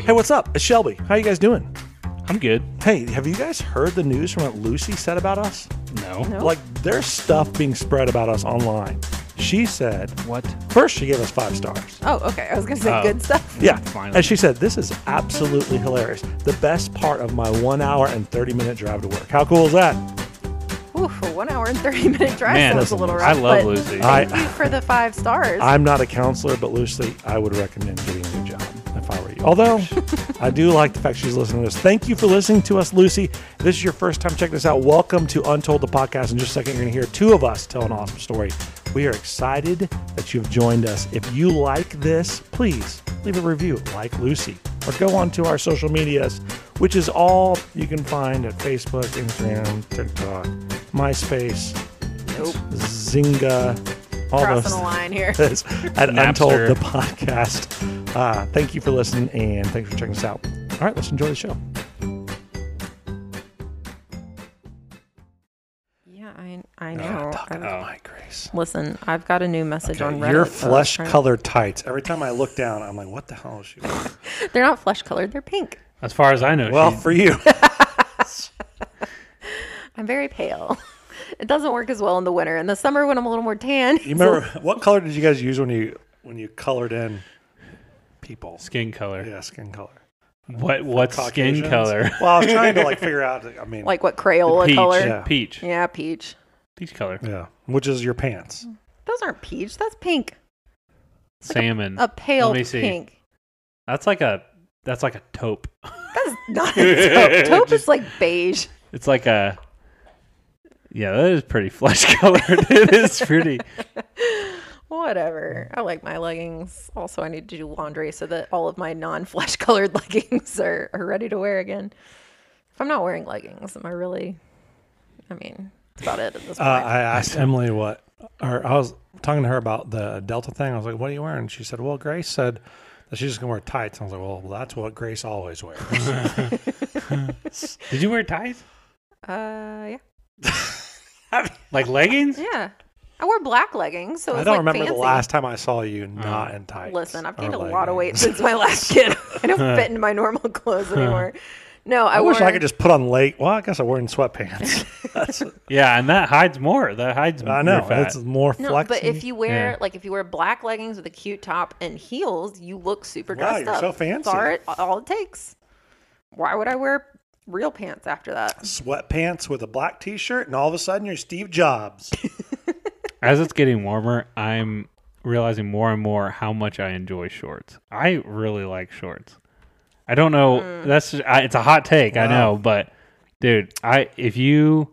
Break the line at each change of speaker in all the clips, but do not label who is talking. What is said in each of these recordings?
Hey, what's up? It's Shelby. How you guys doing?
I'm good.
Hey, have you guys heard the news from what Lucy said about us?
No.
No.
Like, there's stuff being spread about us online. She said,
What?
first, she gave us five stars.
Oh, okay. I was gonna say
Oh.
good stuff.
Yeah.
Finally.
And she said, this is absolutely hilarious. The best part of my one hour and 30 minute drive to work. How cool is that?
Oof, a one hour and thirty minute drive
Man,
sounds a little rough.
I love
but
Lucy.
Thank
I-
you for the five stars.
I'm not a counselor, but Lucy, I would recommend getting a new job if I were you. Although, I do like the fact she's listening to this. Thank you for listening to us, Lucy. If this is your first time checking us out. Welcome to Untold the Podcast. In just a second, you're going to hear two of us tell an awesome story. We are excited that you've joined us. If you like this, please leave a review like Lucy or go on to our social medias, which is all you can find at Facebook, Instagram, TikTok, MySpace,
nope.
Zynga, all
Crossing
those
a line here.
this at
Napster.
Untold the Podcast. Uh, thank you for listening and thanks for checking us out. All right, let's enjoy the show.
Oh, yeah, I I know.
Talking
I-
to my Grace.
Listen, I've got a new message on Reddit.
Your
uh, that I was
flesh
trying-
colored tights. Every time I look down, I'm like, what the hell is she? wearing?
They're not flesh colored. They're pink.
As far as I know,
well,
she's-
for you.
I'm very pale. It doesn't work as well in the winter. In the summer, when I'm a little more tan,
You remember what color did you guys use when you when you colored in people?
skin color.
Yeah, skin color.
What? What skin
Caucasians?
color?
Well, I was trying to like figure out. I mean,
like what Crayola
peach.
color?
Yeah.
Peach.
Yeah, peach.
Peach color.
yeah, which is your pants.
Those aren't peach. That's pink.
Salmon.
A pale
Let me see.
pink.
That's like a. That's like a taupe.
That's not a taupe. Taupe is like beige.
It's like a. Yeah, that is pretty flesh colored. it is pretty.
Whatever. I like my leggings. Also, I need to do laundry so that all of my non-flesh colored leggings are, are ready to wear again. If I'm not wearing leggings, am I really? I mean, that's about it at this
Uh,
point.
I asked Emily what, or I was talking to her about the Delta thing. I was like, "What are you wearing?" She said, "Well, Grace said that she's just gonna wear tights." And I was like, "Well, that's what Grace always wears."
Did you wear ties?
uh, yeah,
Like leggings?
yeah. I wore black leggings, so it was
I don't
like
remember
fancy. Mm.
the last time I saw you not in tights.
Listen, I've
or
gained a lot of weight
leggings.
since my last kid. I don't fit into my normal clothes anymore. No, I,
I wish
wore-
I could just put on late. Well, I guess I wear in sweatpants. That's,
Yeah, and that hides more. That hides.
I
your
know
fat.
it's more
No,
flex.
but if you wear
Yeah.
like if you wear black leggings with a cute top and heels, you look super
Wow,
dressed
you're
up.
so fancy.
That's all it, all it takes. Why would I wear real pants after that?
sweatpants with a black T-shirt, and all of a sudden you're Steve Jobs.
As it's getting warmer, I'm realizing more and more how much I enjoy shorts. I really like shorts. I don't know.
Mm.
That's just, I, it's a hot take, I know, but dude, I if you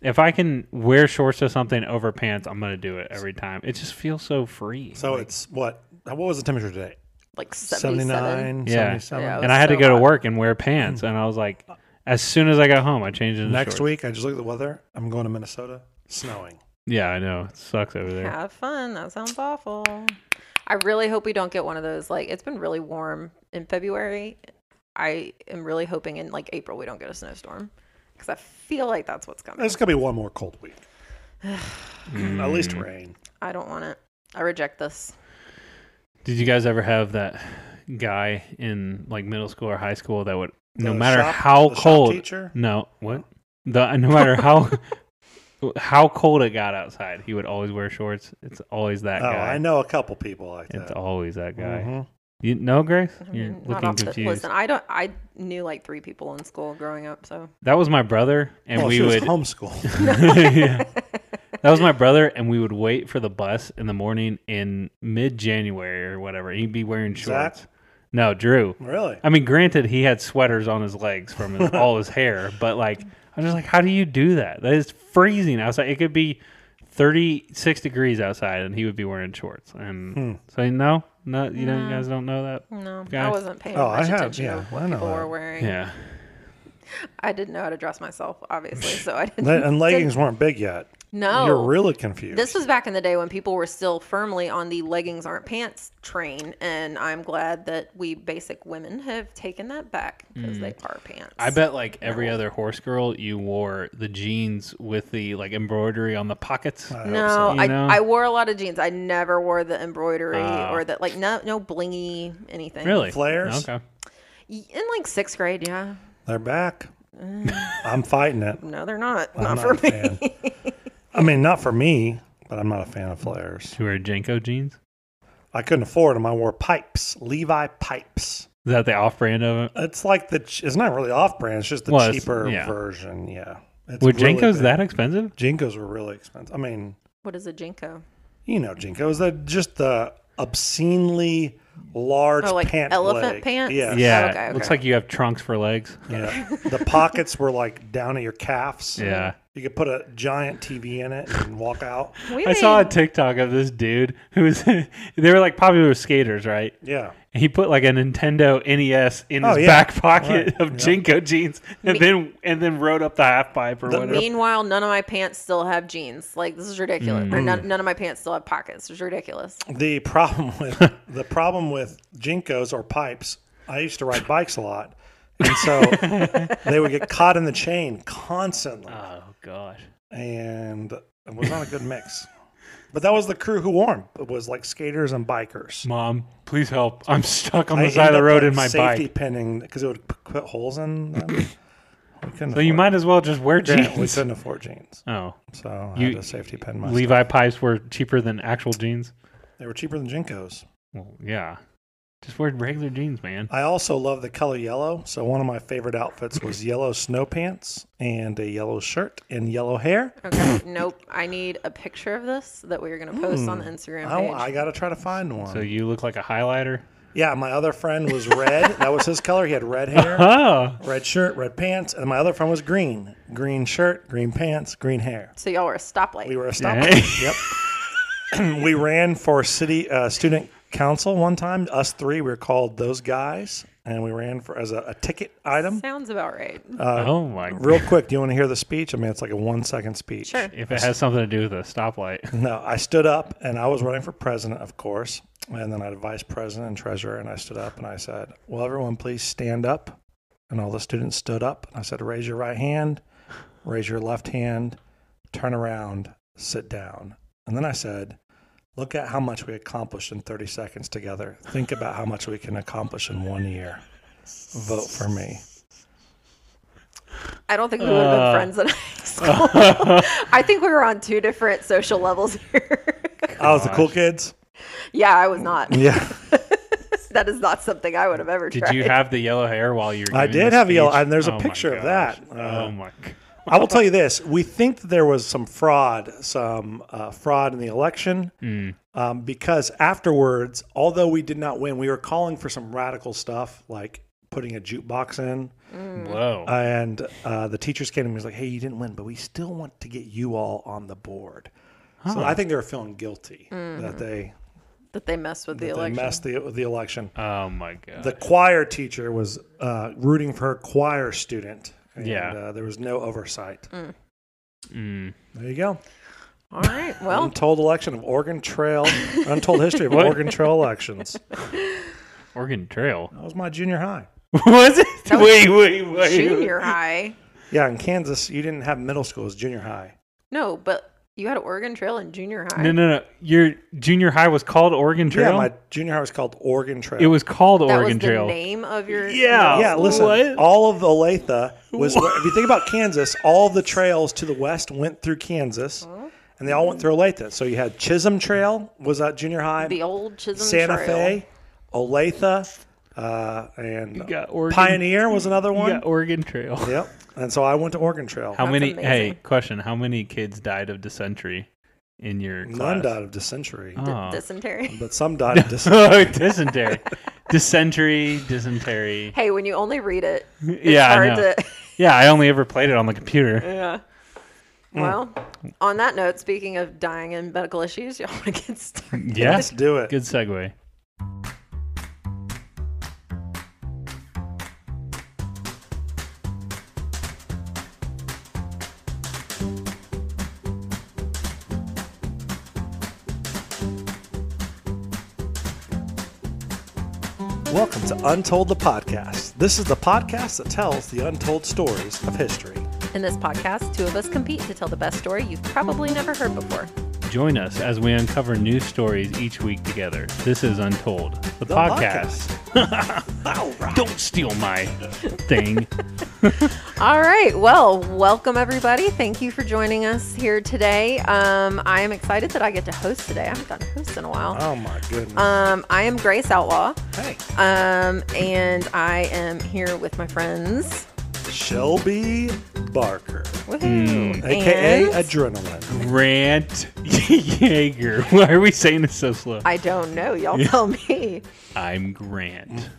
if I can wear shorts to something over pants, I'm gonna do it every time. It just feels so free.
so it's what? What was the temperature today?
Like 77.
79,
Yeah.
77.
Yeah, it
and
was
I had
so
to go to
hot.
work and wear pants, and I was like, as soon as I got home, I changed into
Mm. Next
shorts.
week, I just look at the weather. I'm going to Minnesota. Snowing.
Yeah, I know it sucks over there.
Have fun. That sounds awful. I really hope we don't get one of those. Like it's been really warm in February. I am really hoping in like April we don't get a snowstorm because I feel like that's what's coming.
It's gonna be one more cold week. At
Mm.
least rain.
I don't want it. I reject this.
Did you guys ever have that guy in like middle school or high school that would no
The
matter
shop-
how
the shop
cold
teacher?
No, what? The no matter how how cold it got outside, he would always wear shorts. It's always that
Oh,
guy.
I know a couple people like
It's
that.
always that guy.
Mhm.
You know, Grace?
I
You're
mean, not
looking
off the,
confused.
listen, I don't. I knew like three people in school growing up, so
that was my brother and
Well,
we
Oh, she was
would
homeschool.
Yeah. That was my brother and we would wait for the bus in the morning in mid January or whatever. He'd be wearing
Zach?
shorts. No, Drew.
really?
I mean, granted, he had sweaters on his legs from his, all his hair, but like, I'm just like, how do you do that? That is freezing outside. It could be 36 degrees outside, and he would be wearing shorts. And
Hmm.
so, no, no, you know, you guys don't know that.
no, I
Guys-
wasn't paying
Oh, I
much
have-
attention
yeah,
to what
I know
people
that.
were wearing.
Yeah,
I didn't know how to dress myself, obviously, so I didn't.
Le- and leggings weren't big yet.
No,
You're really confused.
Oh. This was back in the day when people were still firmly on the leggings aren't pants train, and I'm glad that we basic women have taken that back because they are pants.
Mm. I bet like every other horse girl, you wore the jeans with the like embroidery on the pockets.
I hope
No,
You
I,
know? Ah.
I wore a lot of jeans. I never wore the embroidery or the like no no blingy anything.
Really,
Flares?
Okay,
Y- In like sixth grade, yeah.
They're back. I'm fighting it.
No, they're not.
I'm
Mm. not, for
a
me.
fan. I mean, not for me, but I'm not a fan of flares.
You wear Jenko jeans?
I couldn't afford them. I wore pipes, Levi pipes.
Is that the off brand of it?
It's like the. ch- It's not really off brand. It's just the
Well, it's-
cheaper
yeah.
version. Yeah. It's
Were
really
Jenkos
big.
that expensive?
Jinkos were really expensive. I mean,
What is a jinko?
you know, Jinkos. They're just the obscenely large
Oh, like
pant
elephant
leg.
pants?
Yeah.
Yeah.
Oh, okay, okay.
Looks like you have trunks for legs.
Yeah. the pockets were like down at your calves.
Yeah.
You could put a giant TV in it and walk out.
We
I saw a
made-
TikTok of this dude who was they were like popular skaters, right?
Yeah.
And he put like a Nintendo NES in
Oh, yeah.
his back pocket
Right.
of Jinko jeans and then and then rode up the half pipe or
The-
whatever.
Meanwhile, none of my pants still have jeans. Like this is ridiculous. Or none, none of my pants still have pockets. It's ridiculous.
The problem with the problem with jinkos or pipes. I used to ride bikes a lot, and so they would get caught in the chain constantly,
Oh gosh.
and it was not a good mix. But that was the crew who wore 'em. It was like skaters and bikers.
Mom, please help. I'm stuck on the
I ended
side of the
up,
road
like,
in my
safety
bike.
pinning because it would p- put holes in. Them. We couldn't
So you
afford-
might as well just wear
Yeah, we
jeans.
couldn't afford jeans,
oh.
so I
You-
had to safety pin my.
Levi pipes were cheaper than actual jeans.
They were cheaper than jinkos.
Well, yeah. Just wear regular jeans, man.
I also love the color yellow. So one of my favorite outfits was yellow snow pants and a yellow shirt and yellow hair.
Okay. nope. I need a picture of this that we are going to post on the Instagram
I,
page.
Oh, I gotta try to find one.
So you look like a highlighter.
yeah, my other friend was red. that was his color. He had red hair,
Oh,
red shirt, red pants, and my other friend was green. Green shirt, green pants, green hair.
so y'all were a stoplight.
We were a stoplight. yep. we ran for city uh, student council one time. Us three, we were called those guys, and we ran for as a, a ticket item.
Sounds about right.
oh my! God.
Real quick, do you want to hear the speech? I mean, it's like a one second speech.
Sure.
If it has something to do with a stoplight,
No, I stood up and I was running for president, of course. And then I had vice president and treasurer. And I stood up and I said, Well, everyone, please stand up. And all the students stood up. And I said, Raise your right hand, raise your left hand, turn around, sit down. And then I said, Look at how much we accomplished in 30 seconds together. Think about how much we can accomplish in one year. Vote for me.
I don't think we would have
uh,
been friends in high school. I think we were on two different social levels here.
I was the cool kids.
yeah, I was not.
Yeah.
That is not something I would have ever
did
tried.
you have the yellow hair while you were?
I
giving
did
the
have a yellow-
speech?
and there's a
Oh my
picture of
gosh.
that. Uh,
oh my! g-
I will tell you this: we think that there was some fraud, some uh, fraud in the election, um, because afterwards, although we did not win, we were calling for some radical stuff like putting a jukebox in,
Mm.
Whoa!
and uh, the teachers came to me and was like, "Hey, you didn't win, but we still want to get you all on the board." So I think they were feeling guilty that they,
that they messed with Mm. the
they
election.
messed the the election.
oh my god!
The choir teacher was uh, rooting for her choir student, and
Yeah.
uh, there was no oversight.
Mm.
There you go.
All right. Well,
Untold election of Oregon Trail, untold history of
What?
Oregon Trail elections.
Oregon Trail
That was my junior high.
was it? Wait, wait, wait!
junior high.
Yeah, in Kansas, you didn't have middle school; it was junior high.
No, but you had Oregon Trail in junior high.
No, no, no! Your junior high was called Oregon Trail.
Yeah, my junior high was called Oregon Trail.
it was called
that
Oregon
was the
Trail.
name of your.
Yeah.
Yeah, listen.
What?
All of Olathe was. If you think about Kansas, all of the trails to the west went through Kansas, and they all went through Olathe. So you had Chisholm Trail was at junior high,
The old Chisholm
Santa
Trail.
Fe, Olathe, uh, and
got Oregon-
Pioneer was another one.
Yeah, Oregon Trail.
Yep. And so I went to Oregon Trail.
How
That's
many? Hey,
amazing.
question: How many kids died of dysentery in your
None
class?
died of dysentery,
Oh.
Dysentery.
but some died of dysentery.
Oh, dysentery, dysentery, dysentery.
Hey, when you only read it, it's
yeah, I
hard
know.
to.
Yeah, I only ever played it on the computer.
yeah. Well, on that note, speaking of dying and medical issues, y'all want to get started?
Yeah,
Let's do it.
good segue.
Welcome to Untold the Podcast. This is the podcast that tells the untold stories of history.
In this podcast, two of us compete to tell the best story you've probably never heard before.
Join us as we uncover news stories each week together. This is Untold, the, podcast. Don't steal my thing.
All right. Well, welcome everybody. Thank you for joining us here today. Um, I am excited that I get to host today. I haven't gotten to host in a while.
Oh my goodness.
Um, I am Grace Outlaw,
hey.
um, and I am here with my friends.
Shelby Barker, Mm,
Woohoo!
aka
And-
Hmm.
Adrenaline.
Grant Jaeger. Why are we saying this so slow?
I don't know. Y'all tell me.
Mm.
I'm Grant.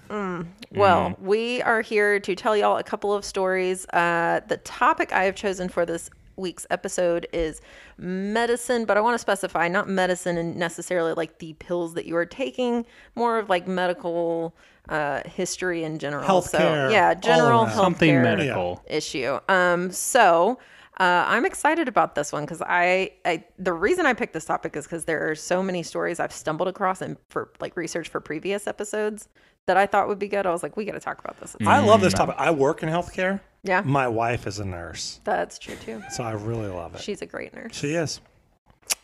Well, we are here to tell y'all a couple of stories. Uh, the topic I have chosen for this week's episode is medicine, but I want to specify not medicine and necessarily like the pills that you are taking, more of like medical uh, history in general.
Healthcare,
so, yeah,
all
general
around.
health
Something medical.
issue. Um, so uh, I'm excited about this one because I, I the reason I picked this topic is because there are so many stories I've stumbled across and for like research for previous episodes that I thought would be good. I was like, we got to talk about this.
Mm.
I love this topic. I work in healthcare.
Yeah.
My wife is a nurse,
That's true too.
so I really love it.
She's a great nurse.
She is.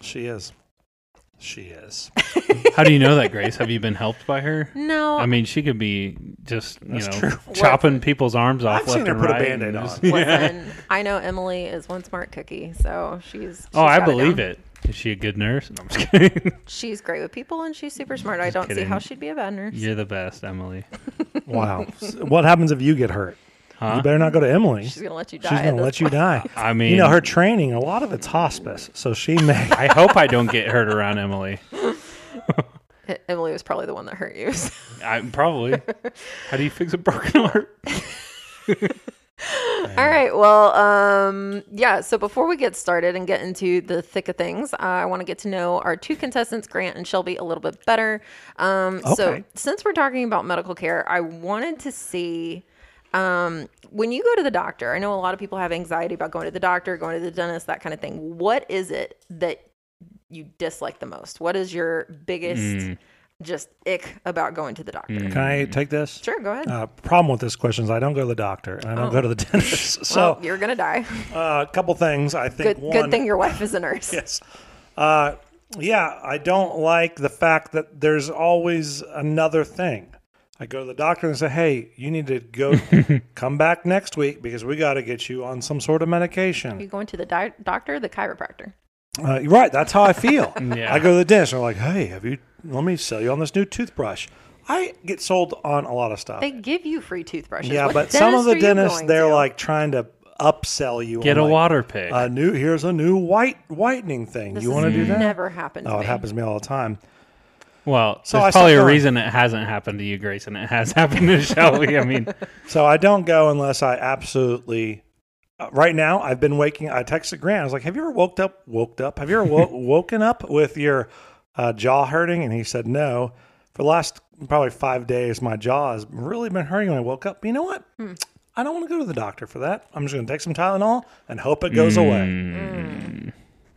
She is. She is.
How do you know that, Grace? Have you been helped by her?
No,
I mean, she could be just you
That's
know
true.
chopping people's arms off.
I've
left
seen her
and
put a
right and
Band-Aid
just-
on.
listen, I know Emily is one smart cookie, so she's. she's
Oh, I
got
believe
down.
it. Is she a good nurse? No, I'm just kidding.
She's great with people and she's super smart. I don't see
kidding.
how she'd be a bad nurse.
You're the best, Emily.
Wow. S- what happens if you get hurt?
Huh?
You better not go to Emily.
She's gonna let you die.
She's going to let you die.
I mean,
you know, her training, a lot of it's hospice, so she may.
I hope I don't get hurt around Emily.
you. E, Emily was probably the one that hurt you. so.
I probably. How do you fix a broken arm?
All right. Well, um, yeah. So before we get started and get into the thick of things, uh, I want to get to know our two contestants, Grant and Shelby, a little bit better. Um, So
Okay.
since we're talking about medical care, I wanted to see um, when you go to the doctor. I know a lot of people have anxiety about going to the doctor, going to the dentist, that kind of thing. What is it that you dislike the most? What is your biggest
Hmm.
just ick about going to the doctor?
Can I take this?
Sure. Go ahead.
Hmm. Uh, problem with this question is I don't go to the doctor and I don't go to the dentist. So, uh,
well, you're gonna die.
a couple things. I think
Good,
one.
good thing your wife is a nurse.
Yes. Uh, yeah, I don't like the fact that there's always another thing. I go to the doctor and say, "Hey, you need to go come back next week because we got to get you on some sort of medication."
You're going to the di- doctor, the chiropractor.
Uh, you're right. That's how I feel.
Yeah.
I go to the dentist. I'm like, "Hey, have you? Let me sell you on this new toothbrush." I get sold on a lot of stuff.
They give you free toothbrushes.
yeah,
What
but some of
dentist are
the
you
dentists
going
they're
to?
like trying to upsell you. on
Get a
like, uh,
water pick.
A new here's a new white whitening thing.
This
you want to
has
do that?
Never happened. To
Oh,
me.
it happens to me all the time.
well,
so I
there's
stopped
probably a
going.
reason it hasn't happened to you, Grace, and it has happened to Shelby. I mean,
So I don't go unless I absolutely. uh, right now, I've been waking. I texted Grant. I was like, "Have you ever woke up? Woke up? Have you ever wo- woken up with your uh, jaw hurting?" And he said, "No." For the last probably five days, my jaw has really been hurting when I woke up. But you know what? I don't want to go to the doctor for that. I'm just going to take some Tylenol and hope it goes away.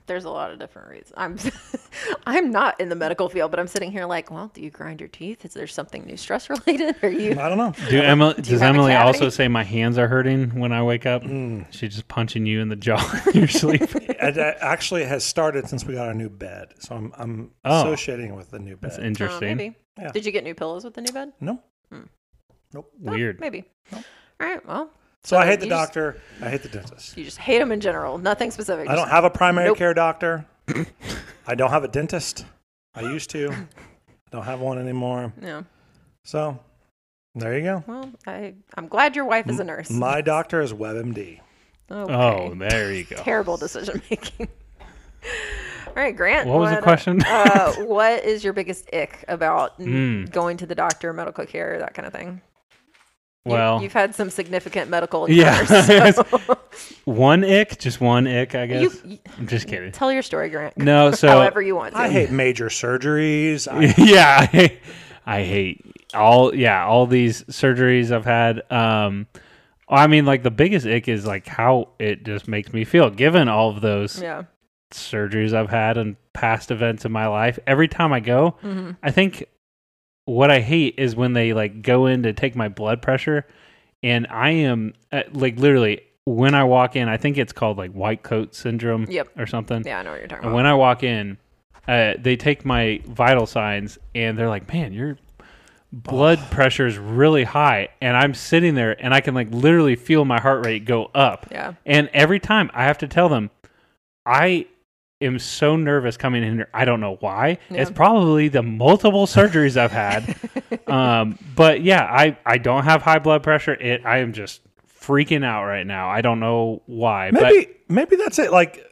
There's a lot of different reasons. I'm, I'm not in the medical field, but I'm sitting here like, well, do you grind your teeth? Is there something new stress related? Are you? Uh,
I don't know.
do Emily, does
have a
Emily
cavity?
also say my hands are hurting when I wake up? She's just punching you in the jaw in your sleep.
It uh, actually has started since we got our new bed, so I'm I'm
Oh.
associating with the new bed.
Uh,
Interesting.
maybe.
Yeah.
Did you get new pillows with the new bed?
no,
Huh,
Weird.
maybe. All right. Well,
so I hate the
you just-
doctor. I hate the dentist.
you just hate them in general. Nothing specific.
I don't
Just-
have a primary
Nope.
care doctor. I don't have a dentist. I used to. don't have one anymore.
Yeah.
So there you go.
Well, I, I'm glad your wife is a nurse.
My doctor is WebMD.
okay.
Oh, there you go.
terrible decision making. All right, Grant.
What was the question?
uh, what is your biggest ick about n-
Mm.
going to the doctor, medical care, that kind of thing? You-
Well,
you've had some significant medical.
Yeah.
encounters, so-
one ick, just one ick, I guess.
you, you-
I'm just kidding.
tell your story, Grant.
No, so
However you want to.
I hate major surgeries. I,
yeah, I hate, I hate all yeah all these surgeries I've had. Um, I mean, like the biggest ick is like how it just makes me feel. Given all of those
yeah.
surgeries I've had and past events in my life, every time I go,
Mm-hmm.
I think what I hate is when they like go in to take my blood pressure, and I am uh, like literally when I walk in, I think it's called like white coat syndrome
Yep.
or something.
Yeah, I know what you're talking
And
about.
when I walk in, uh, they take my vital signs and they're like, "Man, your blood pressure is really high." And I'm sitting there and I can like literally feel my heart rate go up.
Yeah.
And every time I have to tell them, I am so nervous coming in here. I don't know why.
Yeah.
It's probably the multiple surgeries I've had. um, but yeah, I I don't have high blood pressure. It I am just freaking out right now. I don't know why.
Maybe maybe that's it. Like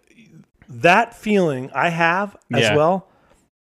that feeling I have as
Yeah.
well.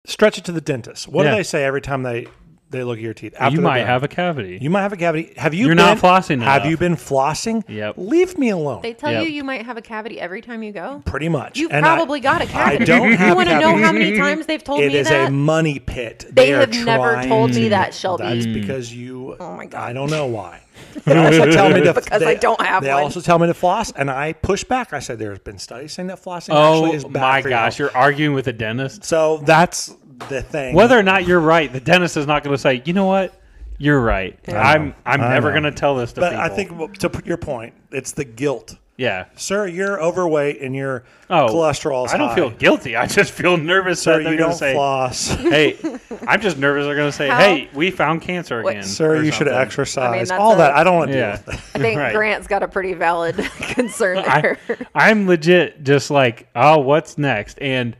Stretch it to the dentist. What
Yeah.
do they say every time they they look at your teeth?
but
After
you
they're
might
done?
have a cavity.
you might have a cavity. Have you?
You're
been,
not flossing
Have
enough.
you been flossing?
Yep.
Leave me alone.
They tell
Yeah.
you you might have a cavity every time you go.
pretty much.
You've
And I-
probably got a cavity.
don't have
you want to know
cavities.
how many times they've told
It
me
is
that?
a money pit.
They
are
have never
trying
told me
to-
that, Shelby.
That's
Hmm.
because you. Oh
my God.
I don't know why. They also tell me to,
Because
they-
I don't have
They
one.
also tell me to floss, and I push back. I said there's been studies saying that flossing actually is
Oh
bad
my
for your
gosh,
health."
you're arguing with a dentist.
So that's the thing.
Whether or not you're right, the dentist is not going to say, "You know what? You're right." I'm I'm
I
never
know.
going to tell this to
but
people.
I think well, to put your point, it's the guilt.
yeah.
Sir, you're overweight and your
Oh,
cholesterol's
I don't
high.
feel guilty. I just feel nervous.
Sir,
that they're
you
gonna
don't
say,
floss.
"Hey, I'm just nervous." They're going to say,
How-
"Hey, we found cancer
What-
again."
Sir,
or
you should
something.
exercise.
that's
All
a-
that. I don't want to deal
Yeah.
with that.
I think
Right.
Grant's got a pretty valid concern
I,
there.
I'm legit just like, oh, what's next? And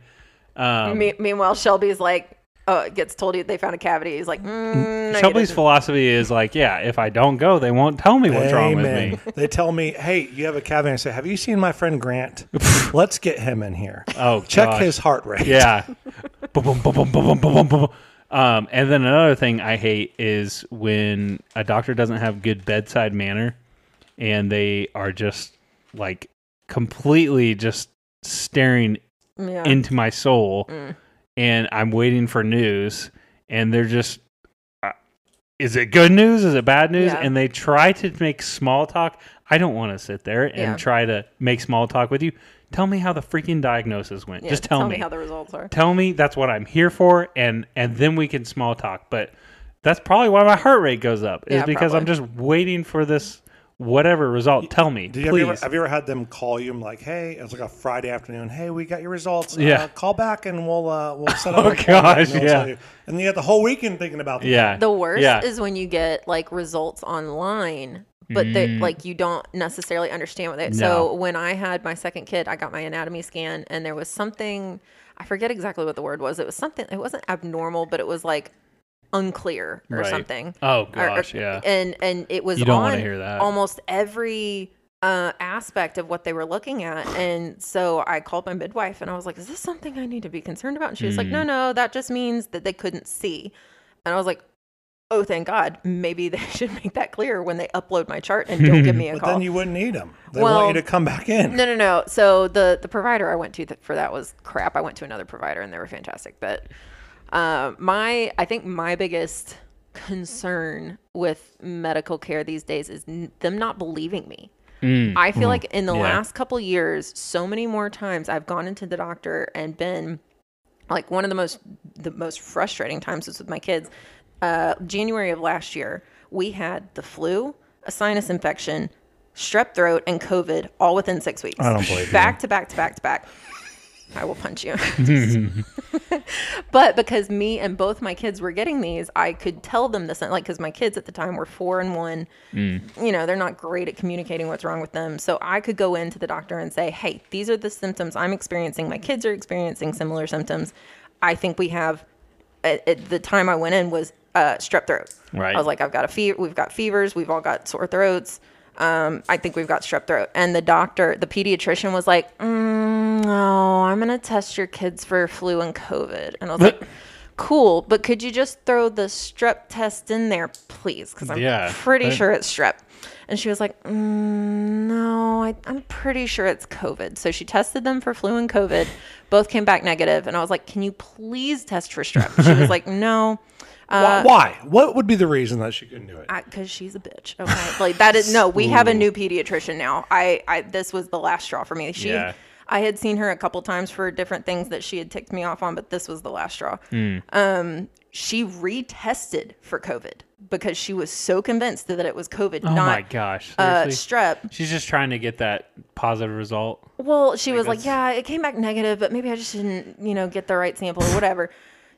um,
Me- meanwhile, Shelby's like, uh, gets told he they found a cavity. He's like, mm, no, you
Shelby's
didn't."
philosophy is like, yeah, if I don't go, they won't tell me what's wrong
Amen.
with me.
They tell me, "Hey, you have a cavity." I say, "Have you seen my friend Grant? Let's get him in here.
Oh,
check
gosh.
his heart rate."
Yeah. Boom, boom, boom, boom, boom, boom, boom, boom, boom. Um, and then another thing I hate is when a doctor doesn't have good bedside manner and they are just like completely just staring
Yeah.
into my soul
Mm.
and I'm waiting for news and they're just uh, is it good news is it bad news
Yeah.
and they try to make small talk I don't want to sit there and
Yeah.
try to make small talk with you tell me how the freaking diagnosis went
Yeah,
just tell, me,
how the results are.
tell me that's what I'm here for and and then we can small talk but that's probably why my heart rate goes up is
Yeah,
because I'm
probably.
just waiting for this whatever result tell me
Did you have, you
please
ever, have you ever had them call you? and like, "Hey, it's like a Friday afternoon. Hey, we got your results.
Yeah.
uh, call back and we'll uh, we'll set up."
Oh,
an appointment
gosh,
and we'll
yeah.
tell you." And you got the whole weekend thinking about them.
yeah
The worst
yeah.
is when you get like results online, but that like you don't necessarily understand what they.
Mm. No.
So when I had my second kid, I got my anatomy scan, and there was something I forget exactly what the word was. It was something. It wasn't abnormal, but it was like unclear or
Right.
something.
oh
Or- or-
gosh yeah
And and it was
You don't wanna
on
hear that.
almost every uh, aspect of what they were looking at. And so I called my midwife and I was like, "Is this something I need to be concerned about?" And she was like,
Hmm.
"No, no, that just means that they couldn't see." And I was like, "Oh, thank God! Maybe they should make that clear when they upload my chart and don't give me a
But
call."
then you wouldn't need them. They
Well,
want you to come back in.
no, no, no. So the the provider I went to th- for that was crap. I went to another provider and they were fantastic. But um, my I think my biggest concern with medical care these days is n- them not believing me. I feel like in the
Yeah.
last couple years, so many more times I've gone into the doctor and been like one of the most the most frustrating times was with my kids. Uh, January of last year, we had the flu, a sinus infection, strep throat, and COVID all within six weeks.
I don't believe you.
Back to back to back to back. I will punch you. but because me and both my kids were getting these, I could tell them this. Like, because my kids at the time were four and one, you know, they're not great at communicating what's wrong with them. So I could go into the doctor and say, hey, these are the symptoms I'm experiencing. My kids are experiencing similar symptoms. I think we have, at, at the time I went in, was uh, strep throat.
Right.
I was like, I've got a fever. We've got fevers. We've all got sore throats. Um, I think we've got strep throat. And the doctor, the pediatrician was like, mm, no, I'm going to test your kids for flu and COVID. And I was like, cool, but could you just throw the strep test in there, please? Because I'm
Yeah.
pretty
Right.
sure it's strep. And she was like, mm, no, I, I'm pretty sure it's COVID. So she tested them for flu and COVID. Both came back negative, And I was like, can you please test for strep? She was like, no.
Why- Why? What would be the reason that she couldn't do it?
because she's a bitch. Okay, like that is no. We have a new pediatrician now. I, I this was the last straw for me. She,
Yeah.
I had seen her a couple times for different things that she had ticked me off on, but this was the last straw.
Hmm.
Um, she retested for COVID because she was so convinced that it was COVID,
Oh my
not
gosh.
uh,
seriously?
strep.
She's just trying to get that positive result.
Well, she was like,
that's-
"Yeah, it came back negative, but maybe I just didn't, you know, get the right sample or whatever."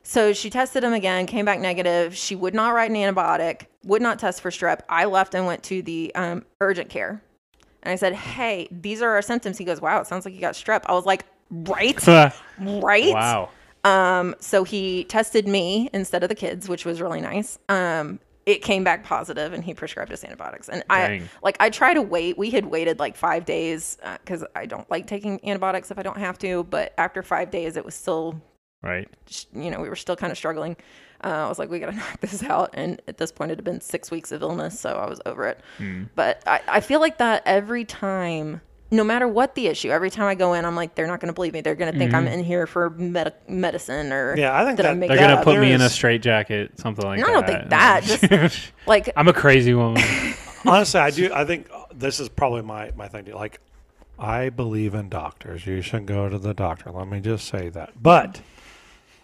So she tested him again, came back negative. She would not write an antibiotic, would not test for strep. I left and went to the um, urgent care, and I said, "Hey, these are our symptoms." He goes, "Wow, it sounds like you got strep." I was like, "Right, right."
wow.
Um, so he tested me instead of the kids, which was really nice. Um, it came back positive, and he prescribed us antibiotics. And I
Dang.
like I try to wait. We had waited like five days because I don't like taking antibiotics if I don't have to. But after five days, it was still
Right.
sh- you know we were still kind of struggling. Uh, I was like, we got to knock this out. And at this point, it had been six weeks of illness, so I was over it.
Hmm.
But I, I feel like that every time. No matter what the issue, every time I go in, I'm like, they're not going to believe me. They're going to think I'm in here for med- medicine or
Yeah, I think
that, I
that-
make
Mm-hmm. They're
it
going
up.
to put me in a
there's-
straitjacket, something like
No, I
that.
don't think that, like
I'm a crazy woman.
Honestly, I do. I think uh, this is probably my my thing. too. Like, I believe in doctors. You should go to the doctor. Let me just say that. But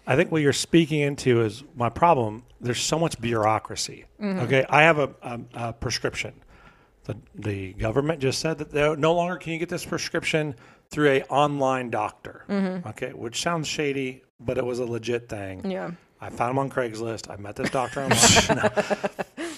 I think what you're speaking into is my problem. There's so much bureaucracy. Okay, I have a, a, a prescription. The the government just said that they no longer can you get this prescription through a online doctor. Okay, which sounds shady, but it was a legit thing.
yeah,
I found him on Craigslist. I met this doctor online.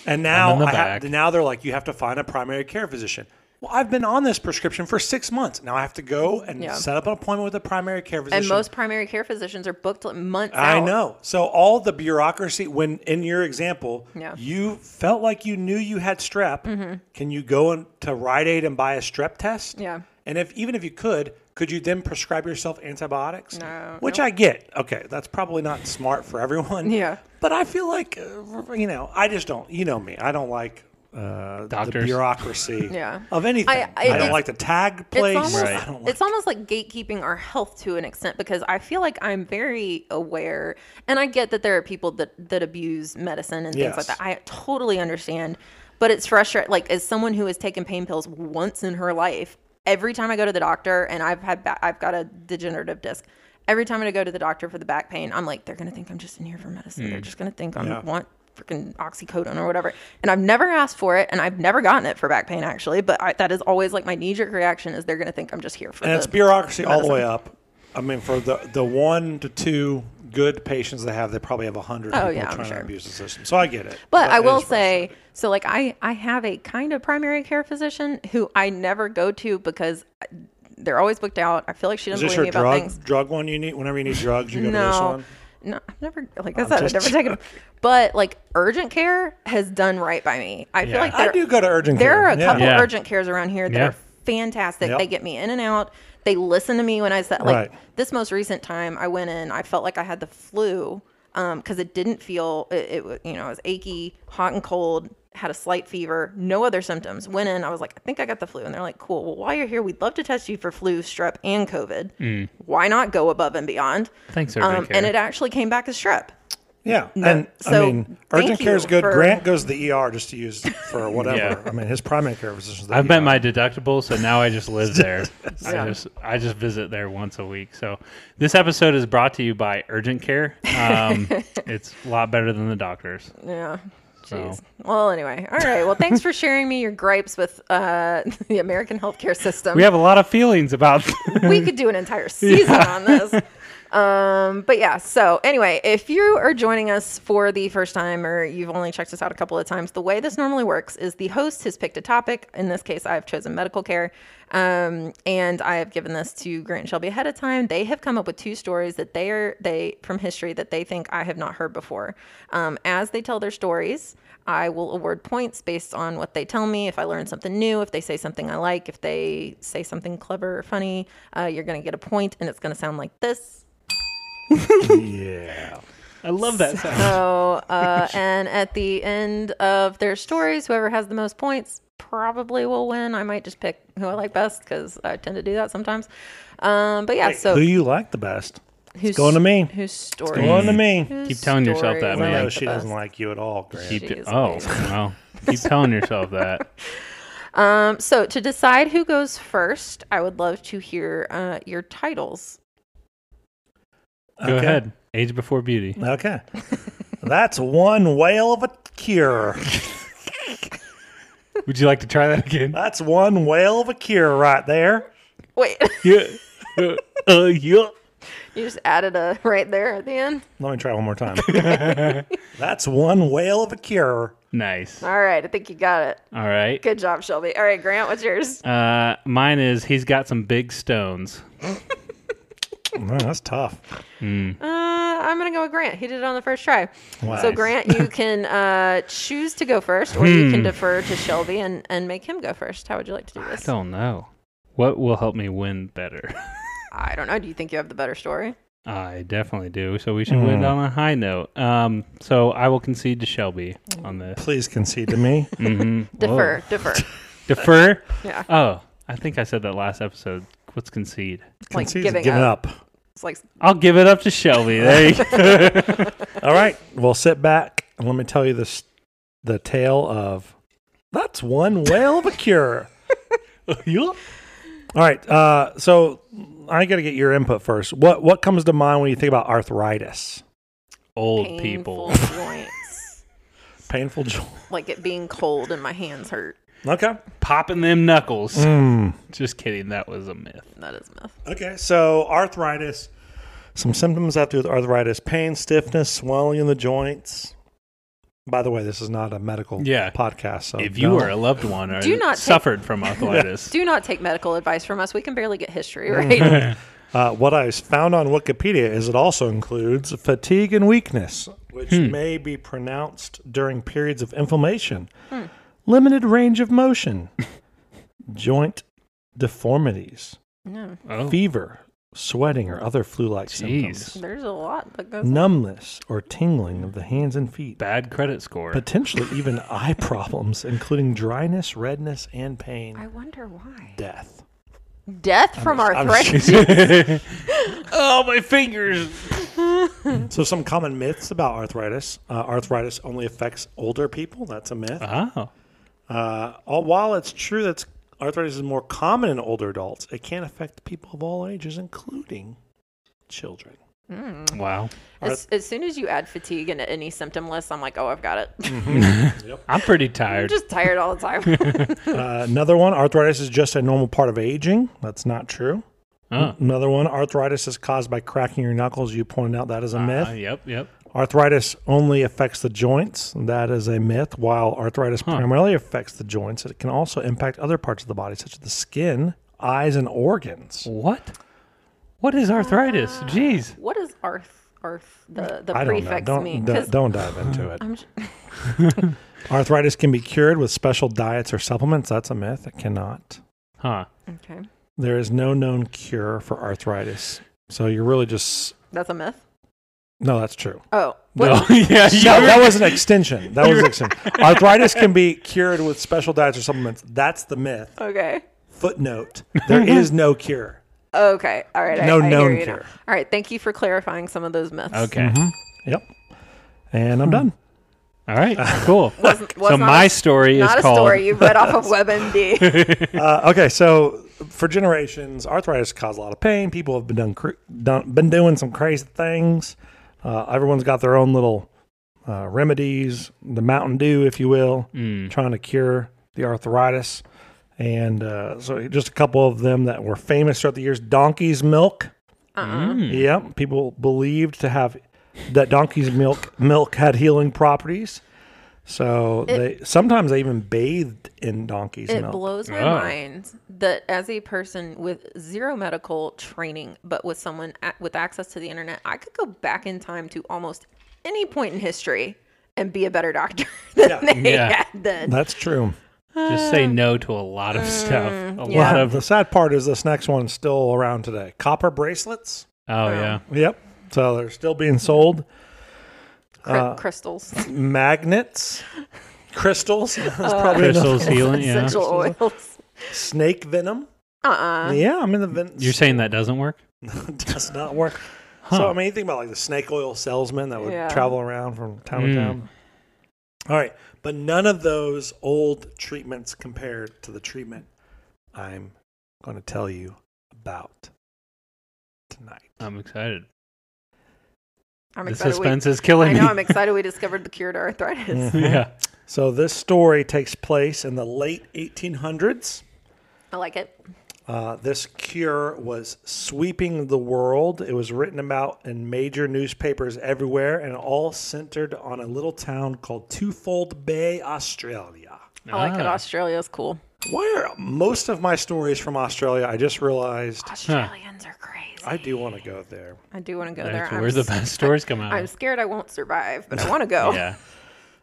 and now
I'm in the
I ha-
back.
now they're like, you have to find a primary care physician. Well, I've been on this prescription for six months. Now I have to go and
Yeah.
set up an appointment with a primary care physician.
and most primary care physicians are booked like, months.
I
out.
know. So all the bureaucracy. When in your example,
Yeah. Mm-hmm.
you felt like you knew you had strep. Can you go in to Rite Aid and buy a strep test?
Yeah.
And if even if you could, could you then prescribe yourself antibiotics?
No,
Which I get. Okay, that's probably not smart for everyone.
Yeah.
But I feel like uh, you know, I just don't. You know me. I don't like. Uh, the
Doctors.
bureaucracy
Yeah.
of anything. I,
I-
don't
it's-
like the tag place.
It's almost,
I don't like
it's almost like gatekeeping our health to an extent because I feel like I'm very aware, and I get that there are people that that abuse medicine and things
Yes.
like that. I totally understand, but it's frustrating. Like as someone who has taken pain pills once in her life, every time I go to the doctor, and I've had ba- I've got a degenerative disc. Every time I go to the doctor for the back pain, I'm like, they're gonna think I'm just in here for medicine. They're just gonna think I
Hmm. Yeah.
am want freaking oxycodone or whatever. And I've never asked for it, and I've never gotten it for back pain actually. But I, that is always like my knee jerk reaction is they're gonna think I'm just here for.
and
the,
it's bureaucracy all the way up. I mean, for the the one to two good patients they have, they probably have a hundred people
Oh, yeah, I'm
trying
sure.
to abuse the system. So I get it.
But I
it
will
is
say, so like I I have a kind of primary care physician who I never go to because I- they're always booked out. I feel like she
frustrating. is this
doesn't believe
your
me about
drug
things.
drug one you need? Whenever you need drugs, you go to this
No,
one.
no, I've never like I said, I've
just
never taken. 'em. But like urgent care has done right by me. I feel
Yeah.
like
I
they're-
do go to urgent
There
care.
are a
yeah.
couple
Yeah.
urgent cares around here that
Yeah.
are fantastic.
Yep.
They get me in and out. They listen to me when I said
Right.
like this most recent time I went in, I felt like I had the flu because it didn't feel it, it. wa- You know, I was achy, hot and cold, had a slight fever, no other symptoms. Went in, I was like, I think I got the flu, and they're like, Cool. Well, while you're here, we'd love to test you for flu, strep, and COVID. Why not go above and beyond?
Mm. Thanks, urgent
Um,
care.
and it actually came back as strep.
Yeah, and I
so
mean,
thank
urgent care is
you
good.
for-
Grant goes to the ER just to use for whatever.
Yeah.
I mean, his primary care physician's. the
I've
ER.
met my deductible, so now I just live there.
Yeah.
I just I just visit there once a week. So this episode is brought to you by Urgent Care. Um, it's a lot better than the doctors.
Yeah.
So.
Jeez. Well, anyway. All right. Well, thanks for sharing me your gripes with uh, the American healthcare system.
We have a lot of feelings about.
we could do an entire season on this. Um, but yeah, so anyway, if you are joining us for the first time or you've only checked us out a couple of times, the way this normally works is the host has picked a topic. In this case, I've chosen medical care. Um, and I have given this to Grant and Shelby ahead of time. They have come up with two stories that they are they from history that they think I have not heard before. Um, as they tell their stories, I will award points based on what they tell me. If I learn something new, if they say something I like, if they say something clever or funny, uh, you're going to get a point, and it's going to sound like this.
yeah.
I love that sound.
So, uh, and at the end of their stories, whoever has the most points probably will win. I might just pick who I like best because I tend to do that sometimes. Um, but yeah, so
Who you like the best?
who's
Going to me.
Whose story?
Going to me.
whose
Keep telling yourself that,
stories
man.
I
No,
like
she
the
doesn't
best?
like you at all, Grant.
Keep t-
Jeez,
oh
Louise.
well, keep telling yourself that.
Um, so to decide who goes first, I would love to hear uh, your titles.
Go
Okay.
ahead. Age before beauty.
Okay. That's one whale of a cure.
Would you like to try that again?
That's one whale of a cure right there.
Wait,
yeah. Uh, uh, yeah.
you just added a right there at the end.
Let me try one more time. That's one whale of a cure.
Nice. All
All right, I think you got it.
right.
Good job, Shelby. All right, Grant, what's yours?
Uh, mine is he's got some big stones.
Man, that's tough.
Uh, I'm gonna go with Grant. He did it on the first try.
Nice.
So Grant, you can uh, choose to go first, or you can defer to Shelby and, and make him go first. How would you like to do
I
this?
don't know. What will help me win better?
I don't know. Do you think you have the better story?
I definitely do. So we should win on a high note. Um, so I will concede to Shelby on this. Mm-hmm.
Please concede to me.
Defer, defer.
Defer.
Mm. Yeah,
Oh, I think I said that last episode. What's concede?
like
Concede
giving
give
up.
up.
It's like
I'll give it up to Shelby. There you go.
All right. Well, sit back and let me tell you this the tale of that's one whale of a cure.
You-
All right. Uh, so I got to get your input first. What what comes to mind when you think about arthritis?
Old
painful
people.
joints,
Painful joint.
like it being cold and my hands hurt.
Okay.
Popping them knuckles. Just kidding. That was a myth.
That is a myth.
Okay. So arthritis. Some symptoms have to do with arthritis: pain, stiffness, swelling in the joints. By the way, this is not a medical
Yeah.
podcast. So
If you
don't-
are a loved one or
Do not take-
suffered from arthritis,
Do not take medical advice from us. We can barely get history right.
Uh, what I found on Wikipedia is it also includes fatigue and weakness, which
Hmm.
may be pronounced during periods of inflammation, limited range of motion, joint deformities,
no,
oh,
fever, sweating, or other flu like symptoms,
jeez,
there's a lot that goes.
numbness or tingling of the hands and feet,
bad credit score.
potentially even eye problems, including dryness, redness, and pain,
I wonder why.
death.
Death from
I'm
arthritis.
oh, my fingers.
So, some common myths about arthritis uh, arthritis only affects older people. That's a myth.
Oh,
Uh, all- while it's true that arthritis is more common in older adults, it can affect people of all ages, including children.
Mm.
wow.
As, as soon as you add fatigue into any symptom list, I'm like, oh, I've got it.
I'm pretty
I'm
tired.
just tired all the time.
Uh, another one arthritis is just a normal part of aging. That's not true.
Oh.
Another one arthritis is caused by cracking your knuckles. You pointed out that is a myth.
Uh, yep, yep.
Arthritis only affects the joints. That is a myth. While arthritis primarily affects the joints, it can also impact other parts of the body, such as the skin, eyes, and organs.
What? What is arthritis?
Ah.
Jeez.
what does arth, arth, the, the
Mm, I don't know.
prefix
Don't,
mean?
don't,
'Cause
don't dive into it.
I'm j-
Arthritis can be cured with special diets or supplements. That's a myth. It cannot.
Huh.
okay.
There is no known cure for arthritis. So you're really just
That's a myth.
no. That's true.
Oh,
No,
what,
yeah, you
No,
were-
that was an extension. That was an extension. Arthritis can be cured with special diets or supplements. That's the myth.
okay.
Footnote: There is no cure.
Okay. All right. I-
No
I,
known
hear you now.
cure.
All right. Thank you for clarifying some of those myths.
Okay.
Yep. And I'm done.
All right. Cool. so
was not
my
a-
story is
Not a
called
story you read off of WebMD.
Uh, okay, so for generations, arthritis caused a lot of pain. People have been done, cr- done been doing some crazy things. Uh, everyone's got their own little uh, remedies, the Mountain Dew, if you will, trying to cure the arthritis. And uh, so, just a couple of them that were famous throughout the years: donkey's milk. Yep, people believed to have that donkey's milk milk had healing properties. So they sometimes they even bathed in donkey's
It
milk.
blows my
Oh.
mind that as a person with zero medical training, but with someone a with access to the internet, I could go back in time to almost any point in history and be a better doctor than they
Yeah.
had then.
That's true.
just say no to a lot of stuff. A
Mm, yeah.
lot
Uh,
of
the sad part is this next one's still around today. Copper bracelets.
Oh yeah.
Yep. So they're still being sold. Uh,
Cry- crystals,
Magnets, crystals. That's
Uh,
probably another-
Crystals healing, yeah.
essential oils.
Snake venom.
Uh uh
Yeah, I mean the venom
You're saying that doesn't work?
does not work. So I mean, you think about like the snake oil salesman that would
Yeah.
travel around from town to town. All right, but none of those old treatments compared to the treatment I'm going to tell you about tonight.
I'm excited.
I'm
The
excited.
suspense is
we, I
killing
know. I'm
me.
excited. We discovered the cure to arthritis.
yeah.
So this story takes place in the late 1800s.
I like it.
Uh, this cure was sweeping the world. It was written about in major newspapers everywhere, and it all centered on a little town called Twofold Bay, Australia.
I like that
Ah.
Australia's cool.
Why are most of my stories from Australia? I just realized
Australians are crazy.
I do want to go there.
I do want to go there.
That's
I'm
where the
s-
best stories come out.
I'm
of.
scared I won't survive, but I want to go.
Yeah.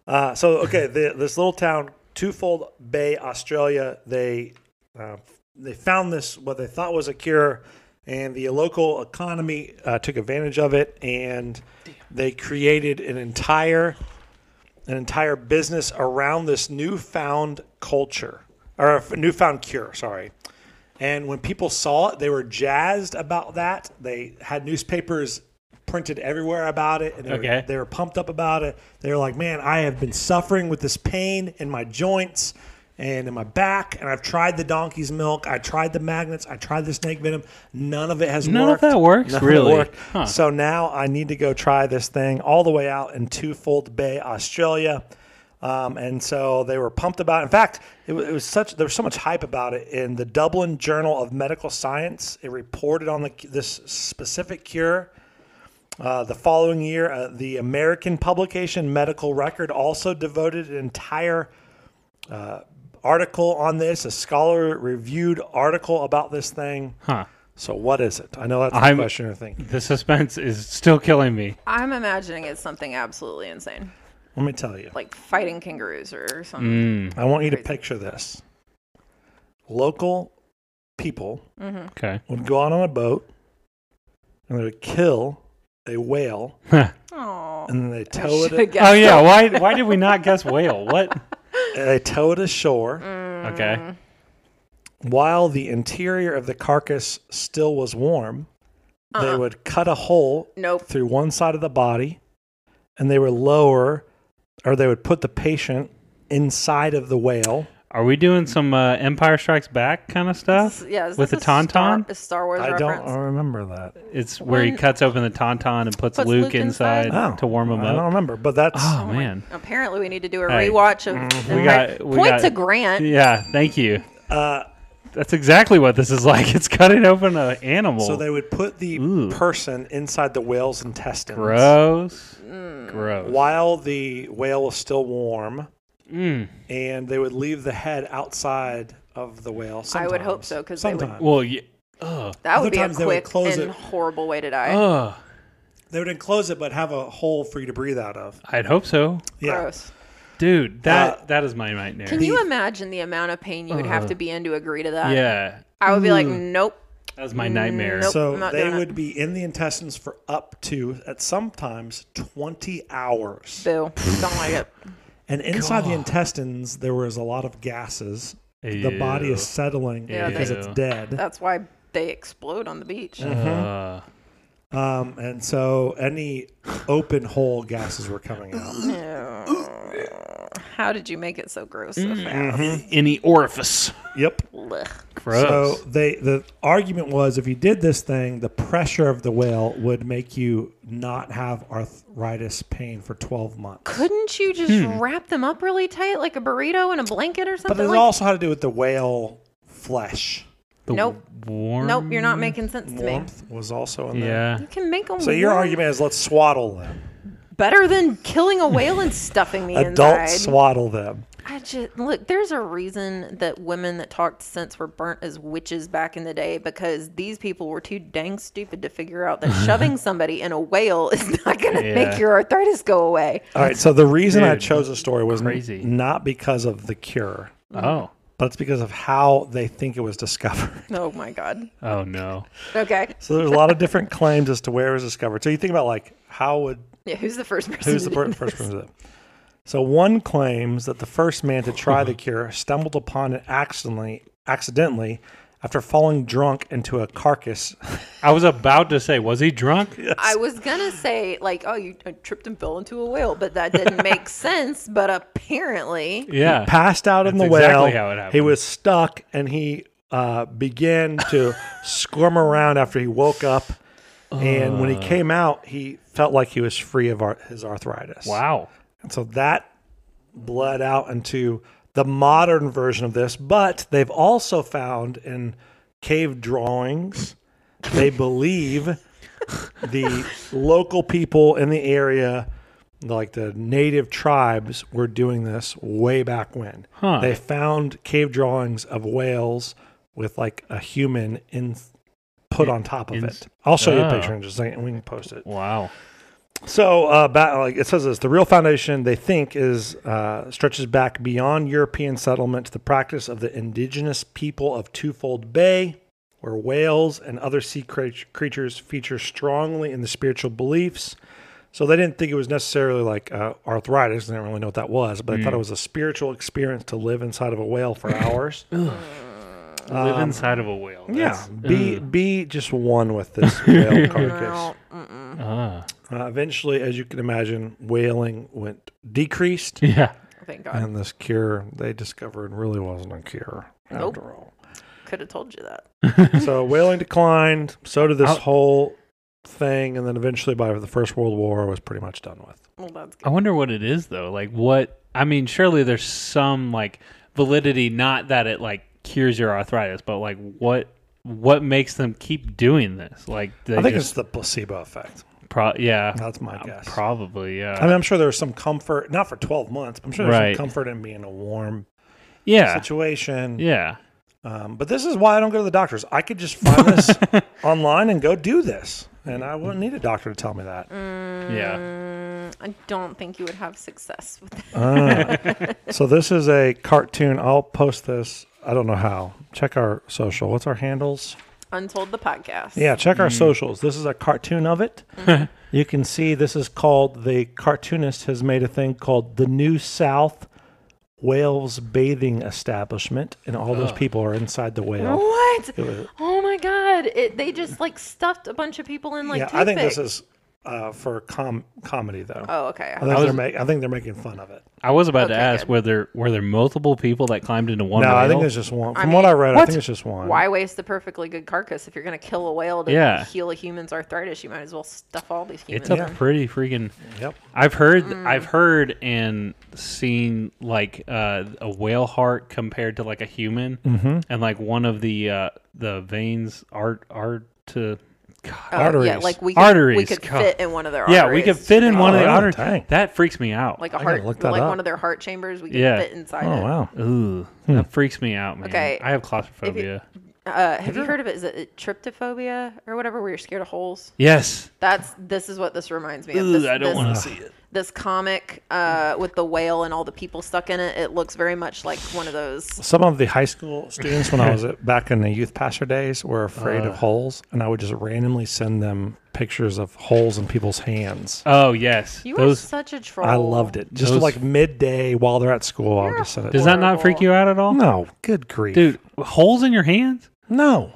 Uh, so okay, the, this little town, Twofold Bay, Australia, they uh, they found this what they thought was a cure, and the local economy uh, took advantage of it, and they created an entire an entire business around this newfound culture or a newfound cure. Sorry. And when people saw it, they were jazzed about that. They had newspapers printed everywhere about it, and they, were,
Okay.
they were pumped up about it. They were like, "Man, I have been suffering with this pain in my joints and in my back, and I've tried the donkey's milk, I tried the magnets, I tried the snake venom. None of it has
None of
worked.
that works?
None of it
Really?
worked.
Huh.
So now I need to go try this thing all the way out in Twofold Bay, Australia." Um, and so they were pumped about. It. In fact, it was, it was such there was so much hype about it in the Dublin Journal of Medical Science. It reported on the, this specific cure. Uh, the following year, uh, the American publication Medical Record also devoted an entire uh, article on this, a scholar reviewed article about this thing.
Huh.
So, what is it? I know that's the
I'm-
question you're thinking.
The suspense is still killing me.
I'm imagining it's something absolutely insane,
Let me tell you.
like fighting kangaroos or something.
Mm.
I want you to
Crazy.
picture this. Local people
Mm-hmm.
Okay.
would go out on a boat and they would kill a whale
Oh,
and then they tow
should
it
have
Oh
guessed.
yeah. Why? Why did we not guess whale? What?
they tow it ashore
Mm.
Okay.
while the interior of the carcass still was warm. They would cut a hole
Uh-uh. Nope.
through one side of the body and they would lower or they would put the patient inside of the whale.
Are we doing some uh, Empire Strikes Back kind of stuff?
Yeah, is
With
this
the
a Star,
tauntaun?
a Star Wars
I
reference.
don't remember that.
It's where he
When-
cuts open the tauntaun and puts, Luke, inside,
Oh,
to warm him
I don't
up.
remember, but that's
Oh, man.
Apparently, we need to do a
Hey. Mm,
rewatch of.
We got- we
Point
got-
to Grant.
Yeah. Thank you.
Uh,
That's exactly what this is like. It's cutting open an animal.
So they would put the
Ooh.
person inside the whale's intestines
gross.
Mm.
Gross.
while the whale was still warm,
Mm.
and they would leave the head outside of the whale.
I
Sometimes.
would hope so, 'cause they would-
Sometimes.
Well, yeah. Ugh.
That would be a
Sometimes they would
quick
close
and
it.
horrible way to die.
Ugh.
they would enclose it, but have a hole for you to breathe out of.
I'd hope so,
Yeah.
Gross.
dude. That
Uh,
that is my nightmare.
Can you imagine the amount of pain you would
Uh-huh.
have to be in to agree to that?
yeah,
I would be like,
Mm.
nope.
that was my nightmare.
Nope,
So
I'm not
they
doing it.
would be in the intestines for up to, at sometimes, 20 hours.
Boo. Don't like it.
And inside the intestines, there was a lot of gases. The body
Ew.
is settling
Yeah,
because
they-
it's dead.
That's why they explode on the beach.
Uh-huh.
Uh,
Um, and so any open hole gases were coming out.
Ew. How did you make it so gross? so fast?
any orifice.
Yep.
Blech.
So
Gross.
they the argument was if you did this thing, the pressure of the whale would make you not have arthritis pain for 12 months.
Couldn't you just wrap them up really tight, like a burrito in a blanket or
Hmm. But
something?
it
Like,
also had to do with the whale flesh.
The
Nope.
Warm.
nope, you're not making sense to me.
Warmth was also in there.
Yeah.
You can make them
Mm. So your argument is let's swaddle them.
better than killing a whale and stuffing me
Adult
inside.
swaddle them.
I just look. There's a reason that women that talked sense were burnt as witches back in the day because these people were too dang stupid to figure out that shoving somebody in a whale is not going to
Yeah.
make your arthritis go away.
All right, so the reason I
Dude,
chose the story was n-
crazy.
not because of the cure,
Oh.
but it's because of how they think it was discovered.
Oh my god.
Oh no.
Okay.
So there's a lot of different claims as to where it was discovered. So you think about like how would
Yeah. Who's the first person?
who's the
to
per-
do
first person? to do it? So one claims that the first man to try the cure stumbled upon it accidentally, accidentally after falling drunk into a carcass.
I was about to say, was he drunk?
I was gonna say like, oh, you uh, tripped and fell into a whale, but that didn't make sense. But apparently,
Yeah.
Passed out in the
That's
well.
exactly how it
He
happened.
was stuck and he uh, began to squirm around after he woke up. And
Uh.
when he came out, he felt like he was free of ar- his arthritis.
Wow.
And so that bled out into the modern version of this, but they've also found in cave drawings, they believe the local people in the area, like the native tribes, were doing this way back when.
Huh.
They found cave drawings of whales with like a human in put on top of
In-
it. I'll show you a
Oh.
picture in just a second and we can post it.
Wow.
So, uh, ba like it says this, the real foundation they think is uh, stretches back beyond European settlement to the practice of the indigenous people of Twofold Bay, where whales and other sea creat- creatures feature strongly in the spiritual beliefs. So they didn't think it was necessarily like uh, arthritis. They didn't really know what that was, but they thought it was a spiritual experience to live inside of a whale for hours.
Live inside of a whale.
yeah,
That's-
be be just one with this whale carcass.
no, mm-mm.
Ah.
Uh, eventually, as you can imagine, whaling went decreased,
Yeah.
oh, thank God,
and this cure they discovered really wasn't a cure
Nope.
after all.
could have told you that.
so whaling declined. So did this
I'll-
whole thing, and then eventually, by the First World War, was pretty much done with.
Well, that's good.
I wonder what it is though. Like what I mean, surely there's some like validity, not that it like cures your arthritis, but like what what makes them keep doing this? Like they
I think
just
it's the placebo effect.
pro- yeah. Uh,
That's my guess.
Probably, yeah.
I mean, I'm sure there's some comfort, not for 12 months, but I'm sure there's
Right.
some comfort in being in a warm
yeah.
situation.
Yeah.
Um, but this is why I don't go to the doctors. I could just find this online and go do this, and I wouldn't need a doctor to tell me that.
Yeah.
Mm, I don't think you would have success with that.
So this is a cartoon. I'll post this. I don't know how. Check our social. What's our handles?
Untold the podcast.
Yeah, check
Hmm.
our socials. This is a cartoon of it. you can see this is called the cartoonist has made a thing called the New South Wales Bathing Establishment, and all
Oh.
those people are inside the whale.
What?
It was-
Oh my God! It, they just like stuffed a bunch of people in like.
yeah, I think this
toothpicks.
is uh, for com- comedy though.
Oh, okay.
I think, they're ma- I think they're making fun of it.
I was about to
Okay,
ask
good.
were there were there multiple people that climbed into one
No,
whale?
I think it's just one. From what
mean,
I read, I
what?
think it's just one.
Why waste a perfectly good carcass if you're going to kill a whale to
Yeah.
heal a human's arthritis? You might as well stuff all these humans.
it's a
in.
pretty freaking
Yep.
I've heard I've
Mm.
heard and seen like uh, a whale heart compared to like a human, and like one of the uh, the veins art art to God.
Oh, Yeah,
Arteries.
like we could, we
Arteries,
could
God.
fit in one of their
yeah
arteries.
we could fit in one of the
Oh,
arteries.
dang.
That freaks me out.
like a
gotta
heart,
look
like
that up.
one of their heart chambers. We could
Yeah.
fit inside.
Oh
it.
wow.
Ooh, that freaks me out, man.
Okay.
I have claustrophobia.
Uh, have you heard of it? Is it tryptophobia or whatever? Where you're scared of holes.
yes,
That's this is what this reminds me of.
Ooh,
This,
I don't
this-
want to see it.
This comic uh, with the whale and all the people stuck in it. It looks very much like one of those.
Some of the high school students, when I was at, back in the youth pastor days, were afraid
Uh.
of holes, and I would just randomly send them pictures of holes in people's hands.
Oh yes,
You are
those
such a troll.
I loved it. Just
Those-
like midday while they're at school, I would just send it.
does
to
that not freak
horrible.
you out at all,
them. No, good grief,
dude? Holes in your hands?
No,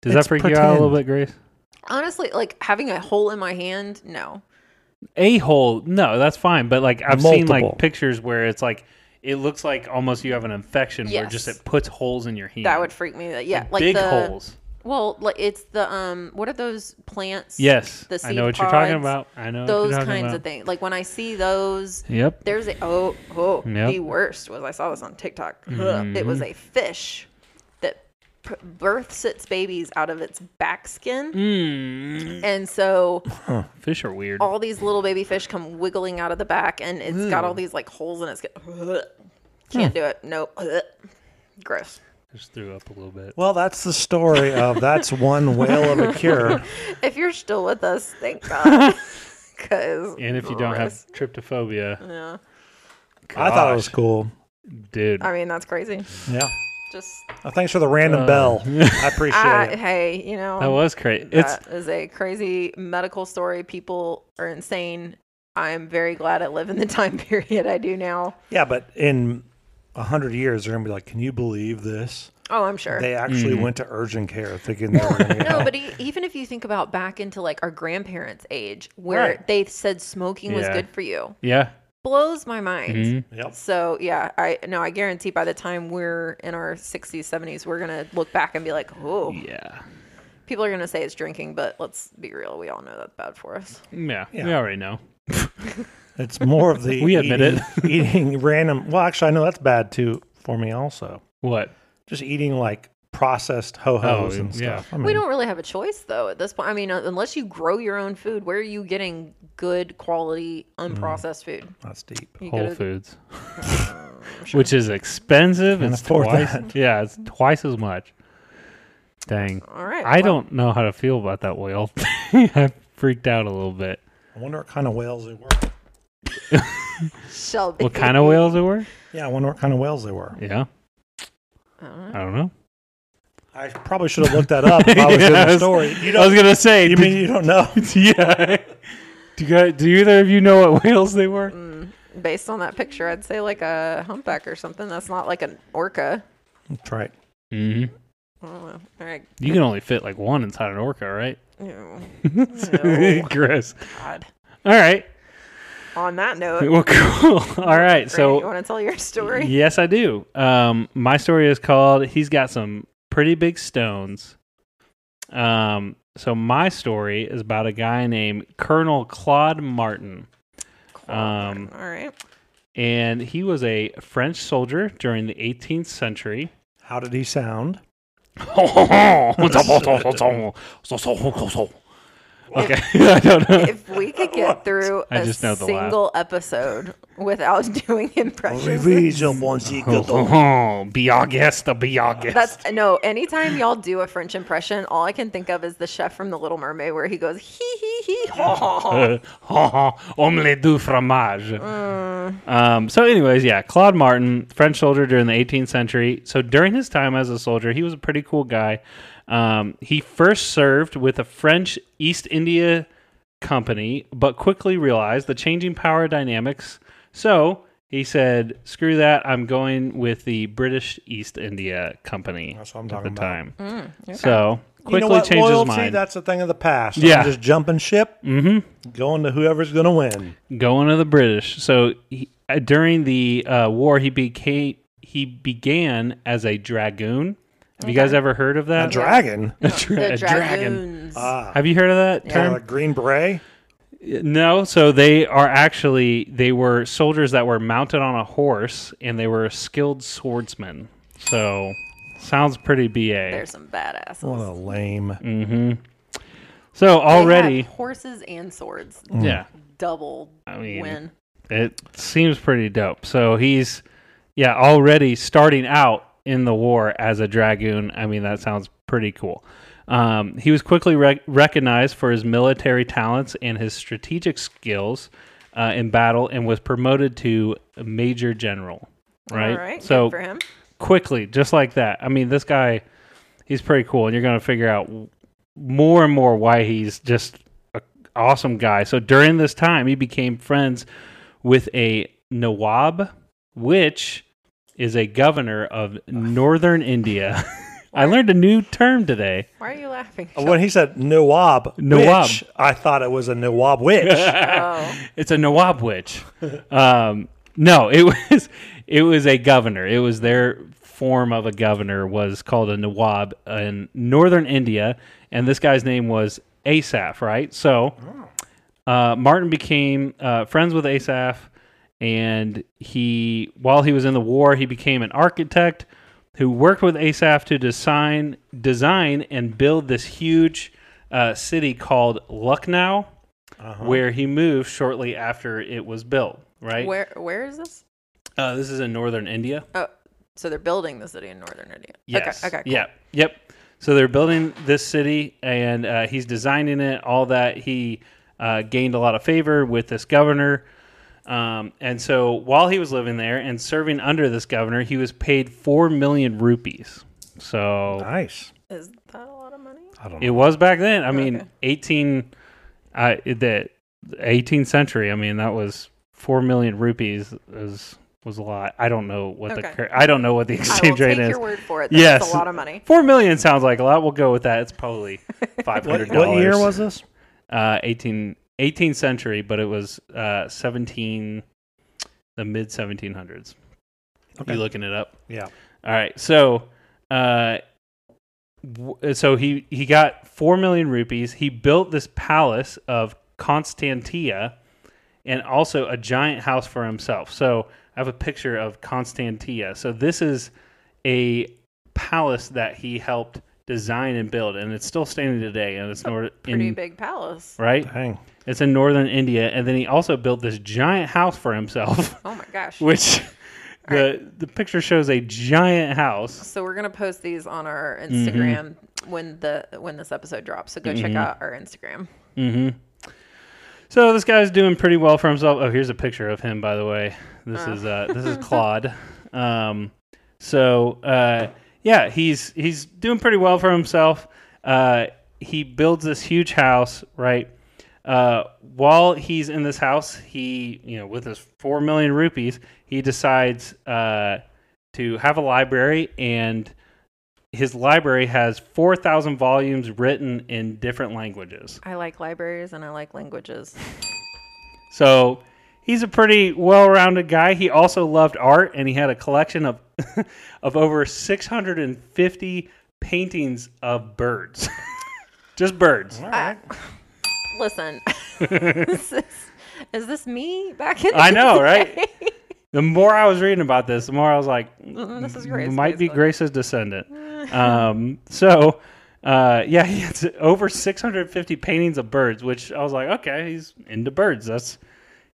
Does
It's
that freak you out a little
pretend.
bit, Grace?
Honestly, like having a hole in my hand. No.
a hole. No, that's fine. But like I've seen
Multiple.
like pictures where it's like it looks like almost you have an infection where just
Yes.
it puts holes in your hand.
That would freak me. That yeah, like
big
the,
holes.
Well, like it's the um, what are those plants?
Yes,
the
I
seed
know what you're talking
pods,
about. I know what you're
Those
talking
kinds
about.
of things. Like when I see those,
Yep.
there's a oh oh
Yep. Mm-hmm.
the worst was I saw this on TikTok. Ugh. It was a fish that p- births its babies out of its back skin, Hmm.
Mm,
and so
fish are weird.
all these little baby fish come wiggling out of the back, and it's got
Hmm.
all these like holes in its skin. Ugh. Can't do it. No, Ugh. gross.
Just threw up a little bit.
well, that's the story of that's one whale of a cure.
If you're still with us, thank God. Because
And if you don't have tryptophobia,
yeah,
I thought it was
Gosh.
cool.
dude,
I mean that's crazy.
Yeah.
Just
Uh, thanks for the random bell. I appreciate
I,
it.
hey, you know
that was crazy. It's
that is a crazy medical story. People are insane. I'm very glad I live in the time period I do now.
Yeah, but in hundred years, they're gonna be like, "Can you believe this?
Oh, I'm sure.
They
Mm.
actually went to urgent care thinking they were gonna get
no,
help."
but e even if you think about back into like our grandparents' age, where
Right.
they said smoking was
Yeah.
good for you,
Yeah.
blows my mind.
Mhm.
Yep.
So yeah, I no, I guarantee by the time we're in our 60s, 70s, we're gonna look back and be like, oh,
Yeah.
people are gonna say it's drinking, but let's be real, we all know that's bad for us.
Yeah.
Yeah.
We already know.
It's more of the
We admit
eating, eating random. Well, actually, I know that's bad too for me. Also,
What?
just eating like processed ho hos
Oh,
and
yeah.
stuff. I mean,
We don't really have a choice though at this point. I mean, uh, unless you grow your own food, where are you getting good quality unprocessed food?
that's deep.
Mm.
You
Whole
gotta- Oh,
Foods, which is expensive.
Can't
It's
afford
twice.
that.
Yeah, it's twice as much. Dang.
All right.
I
well,
don't know how to feel about that whale. I freaked out a little bit.
I wonder what kind of whales they were.
Shelby.
What kind of whales they were?
Yeah, I wonder what kind of whales they were.
Yeah,
I don't know.
I don't know.
I probably should have looked that up if I was doing
Yes.
a story. You
I
don't.
was gonna say.
You
did-
mean you don't know?
yeah. Do you guys, do either of you know what whales they were?
Mm, Based on that picture, I'd say like a humpback or something. That's not like an orca.
That's right.
Mm-hmm.
I don't know. All right.
You can only fit like one inside an orca, right?
Ew. No.
Gross.
God.
All right.
On that note,
Well, cool. All right.
Grant,
So
you want to tell your story?
Yes, I do. Um, my story is called "He's Got Some Pretty Big Stones." Um, so my story is about a guy named Colonel Claude Martin,
Cool.
um,
All right.
and he was a French soldier during the 18th century.
How did he sound?
okay, I don't know.
If we could get through
I
a
just know the laugh.
single episode without doing impressions,
be our guest, be our guest.
That's no. Anytime y'all do a French impression, all I can think of is the chef from The Little Mermaid, where he goes hee hee hee ha ha ha.
uh, ha, ha, omelette du fromage.
Mm.
Um, so, anyways, yeah, Claude Martin, French soldier during the 18th century. So, during his time as a soldier, he was a pretty cool guy. Um, he first served with a French East India company, but quickly realized the changing power dynamics. So, he said, "Screw that! I'm going with the British East India Company."
That's what I'm
at
talking
the
about.
time. So
Mm,
quickly
you know what?
changed
Loyalty,
his mind.
that's a thing of the past.
Yeah.
I'm just jumping ship, mm-hmm. going to whoever's going to win.
going to the British. So he, uh, during the uh, war, he became he began as a dragoon. Have you guys ever heard of that?
A dragon?
A dra-
The
a
dragoons.
Ah,
Have you heard of that
kind of
term?
like Green Beret?
No. So they are actually they were soldiers that were mounted on a horse and they were skilled swordsmen. So sounds pretty ba.
There's some badasses.
What a lame.
So
They
already,
had horses and swords.
yeah.
Double
I mean,
win.
It seems pretty dope. So he's, yeah, already starting out in the war as a dragoon. I mean, that sounds pretty cool. Um, he was quickly rec recognized for his military talents and his strategic skills uh, in battle and was promoted to major general. Right?
All right.
So
good for him.
quickly, just like that. I mean, this guy, he's pretty cool, and you're going to figure out w- more and more why he's just an awesome guy. So during this time, he became friends with a Nawab, which is a governor of northern India. I learned a new term today.
Why are you laughing?
Oh,
When he said Nawab,
Nawab.
witch, I thought it was a Nawab witch.
oh,
It's a Nawab witch. Um, no, it was it was a governor. It was their form of a governor was called a Nawab in northern India, and this guy's name was Asaf, right? So uh, Martin became uh, friends with Asaf, and he while he was in the war, he became an architect who worked with Asaf to design design and build this huge uh, city called Lucknow where he moved shortly after it was built. Right.
where where is this?
Uh, this is in northern India.
Oh, so they're building the city in northern India.
Yes.
Okay. Okay. Cool.
Yeah. Yep. So they're building this city, and uh, he's designing it. All that he uh, gained a lot of favor with this governor. Um, and so while he was living there and serving under this governor, he was paid four million rupees. So
Nice.
Is that a lot of money?
I don't know.
It was back then. I mean,
Okay.
eighteen, uh, the eighteenth century. I mean, that was four million rupees. Is was a lot. I don't know what the
Okay.
cur- I don't know what the
I will
exchange
take
rate is.
your word for it. That's
Yes,
a lot of money.
Four million sounds like a lot. We'll go with that. It's probably five hundred
What,
dollars.
what year was this?
uh, 18, 18th century, but it was uh, seventeen, the mid seventeen hundreds.
Okay.
You looking it up?
Yeah.
All right. So, uh, w- so he he got four million rupees. He built this palace of Constantia, and also a giant house for himself. So I have a picture of Constantia. So this is a palace that he helped design and build, and it's still standing today. And it's nor-
Oh, Pretty
in,
big palace.
right.
Dang.
It's in northern India, and then he also built this giant house for himself,
Oh my gosh.
which the the picture shows a giant house.
So we're gonna post these on our
Mm-hmm.
Instagram when the when this episode drops. So go
Mm-hmm.
check out our Instagram.
So this guy's doing pretty well for himself. Oh, here's a picture of him, by the way. This is uh, this is Claude. Um, so uh, yeah, he's he's doing pretty well for himself. Uh, he builds this huge house, right? Uh, while he's in this house, he you know with his four million rupees, he decides uh, to have a library and. His library has 4,000 volumes written in different languages.
I like libraries and I like languages.
So he's a pretty well-rounded guy. He also loved art, and he had a collection of of over 650 paintings of birds, just birds.
I- listen, is, this, is this me back in?
I know,
the
right?
day?
The more I was reading about this, the more I was like,
Mm, this is
"M-
Grace.
might be
basically.
Grace's descendant. um, so. Uh, yeah, he has over 650 paintings of birds, which I was like, okay, he's into birds. That's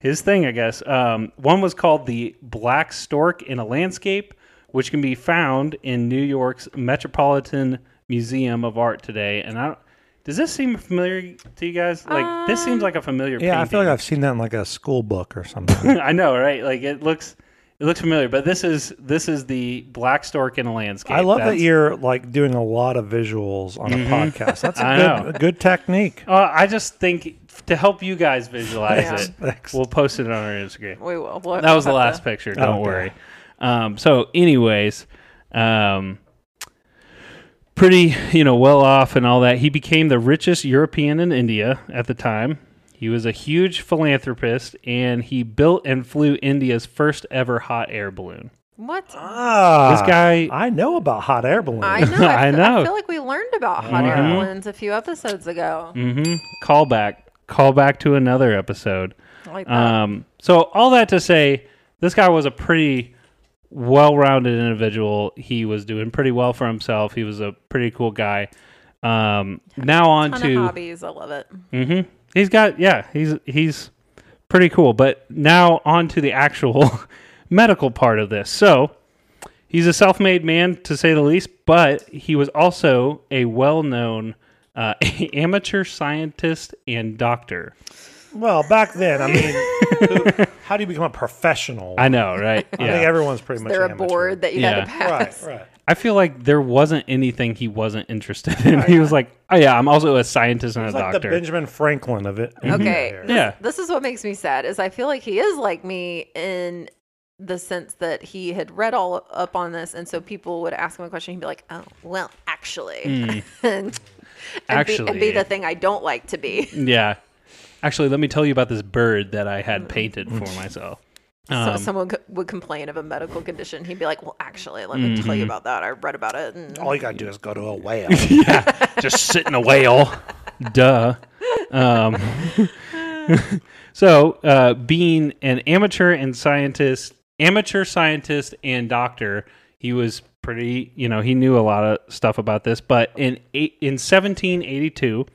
his thing, I guess. Um, one was called the Black Stork in a Landscape, which can be found in New York's Metropolitan Museum of Art today. And I don't, does this seem familiar to you guys? Like this seems like a familiar.
Yeah, I feel like
painting.
I've seen that in like a school book or something.
I know, right? Like it looks, it looks familiar. But this is this is the Black Stork in a Landscape.
I love
That's-
that you're like doing a lot of visuals on a podcast. That's
I
a
know.
good, a good technique.
Uh, I just think to help you guys visualize
Yeah.
it,
Thanks.
we'll post it on our Instagram.
We will. We'll-
That was the
we'll have
last
to-
picture. Don't
Okay.
worry. Um, so, anyways, um, pretty you know well off and all that. He became the richest European in India at the time. He was a huge philanthropist, and he built and flew India's first ever hot air balloon.
What?
Ah,
This guy-
I know about hot air balloons.
I know. I,
I
f- I
know.
feel like we learned about hot air balloons a few episodes ago.
Mm-hmm. Callback, callback to another episode.
I like that.
Um, so all that to say, this guy was a pretty well-rounded individual. He was doing pretty well for himself. He was a pretty cool guy. Um, now on
Ton of
to
hobbies. I love it.
hmm he's got yeah he's he's pretty cool. But now on to the actual medical part of this. So he's a self-made man to say the least, but he was also a well-known uh, amateur scientist and doctor.
well, back then, I mean, who- how do you become a professional?
I know, right?
I think everyone's pretty much
They're a
amateur.
board that you had to
Yeah.
pass.
Right, right.
I feel like there wasn't anything he wasn't interested in. He was like, "Oh yeah, I'm also a scientist and
It's
a
like the
doctor."
Benjamin Franklin of it.
Okay. This,
Yeah.
This is what makes me sad is I feel like he is like me in the sense that he had read all up on this and so people would ask him a question he'd be like, "Oh, well, actually." and, be, and be
Hmm. Actually.
the thing I don't like to be.
yeah. Actually, let me tell you about this bird that I had painted for myself.
so
Um,
someone c- would complain of a medical condition. He'd be like, "Well, actually, let me tell you
Mm-hmm.
about that. I read about it." And
All you gotta do is go to a whale.
Just sit in a whale. Duh. Um, so, uh, being an amateur and scientist, amateur scientist and doctor, he was pretty. You know, he knew a lot of stuff about this. But in eight, in 1782.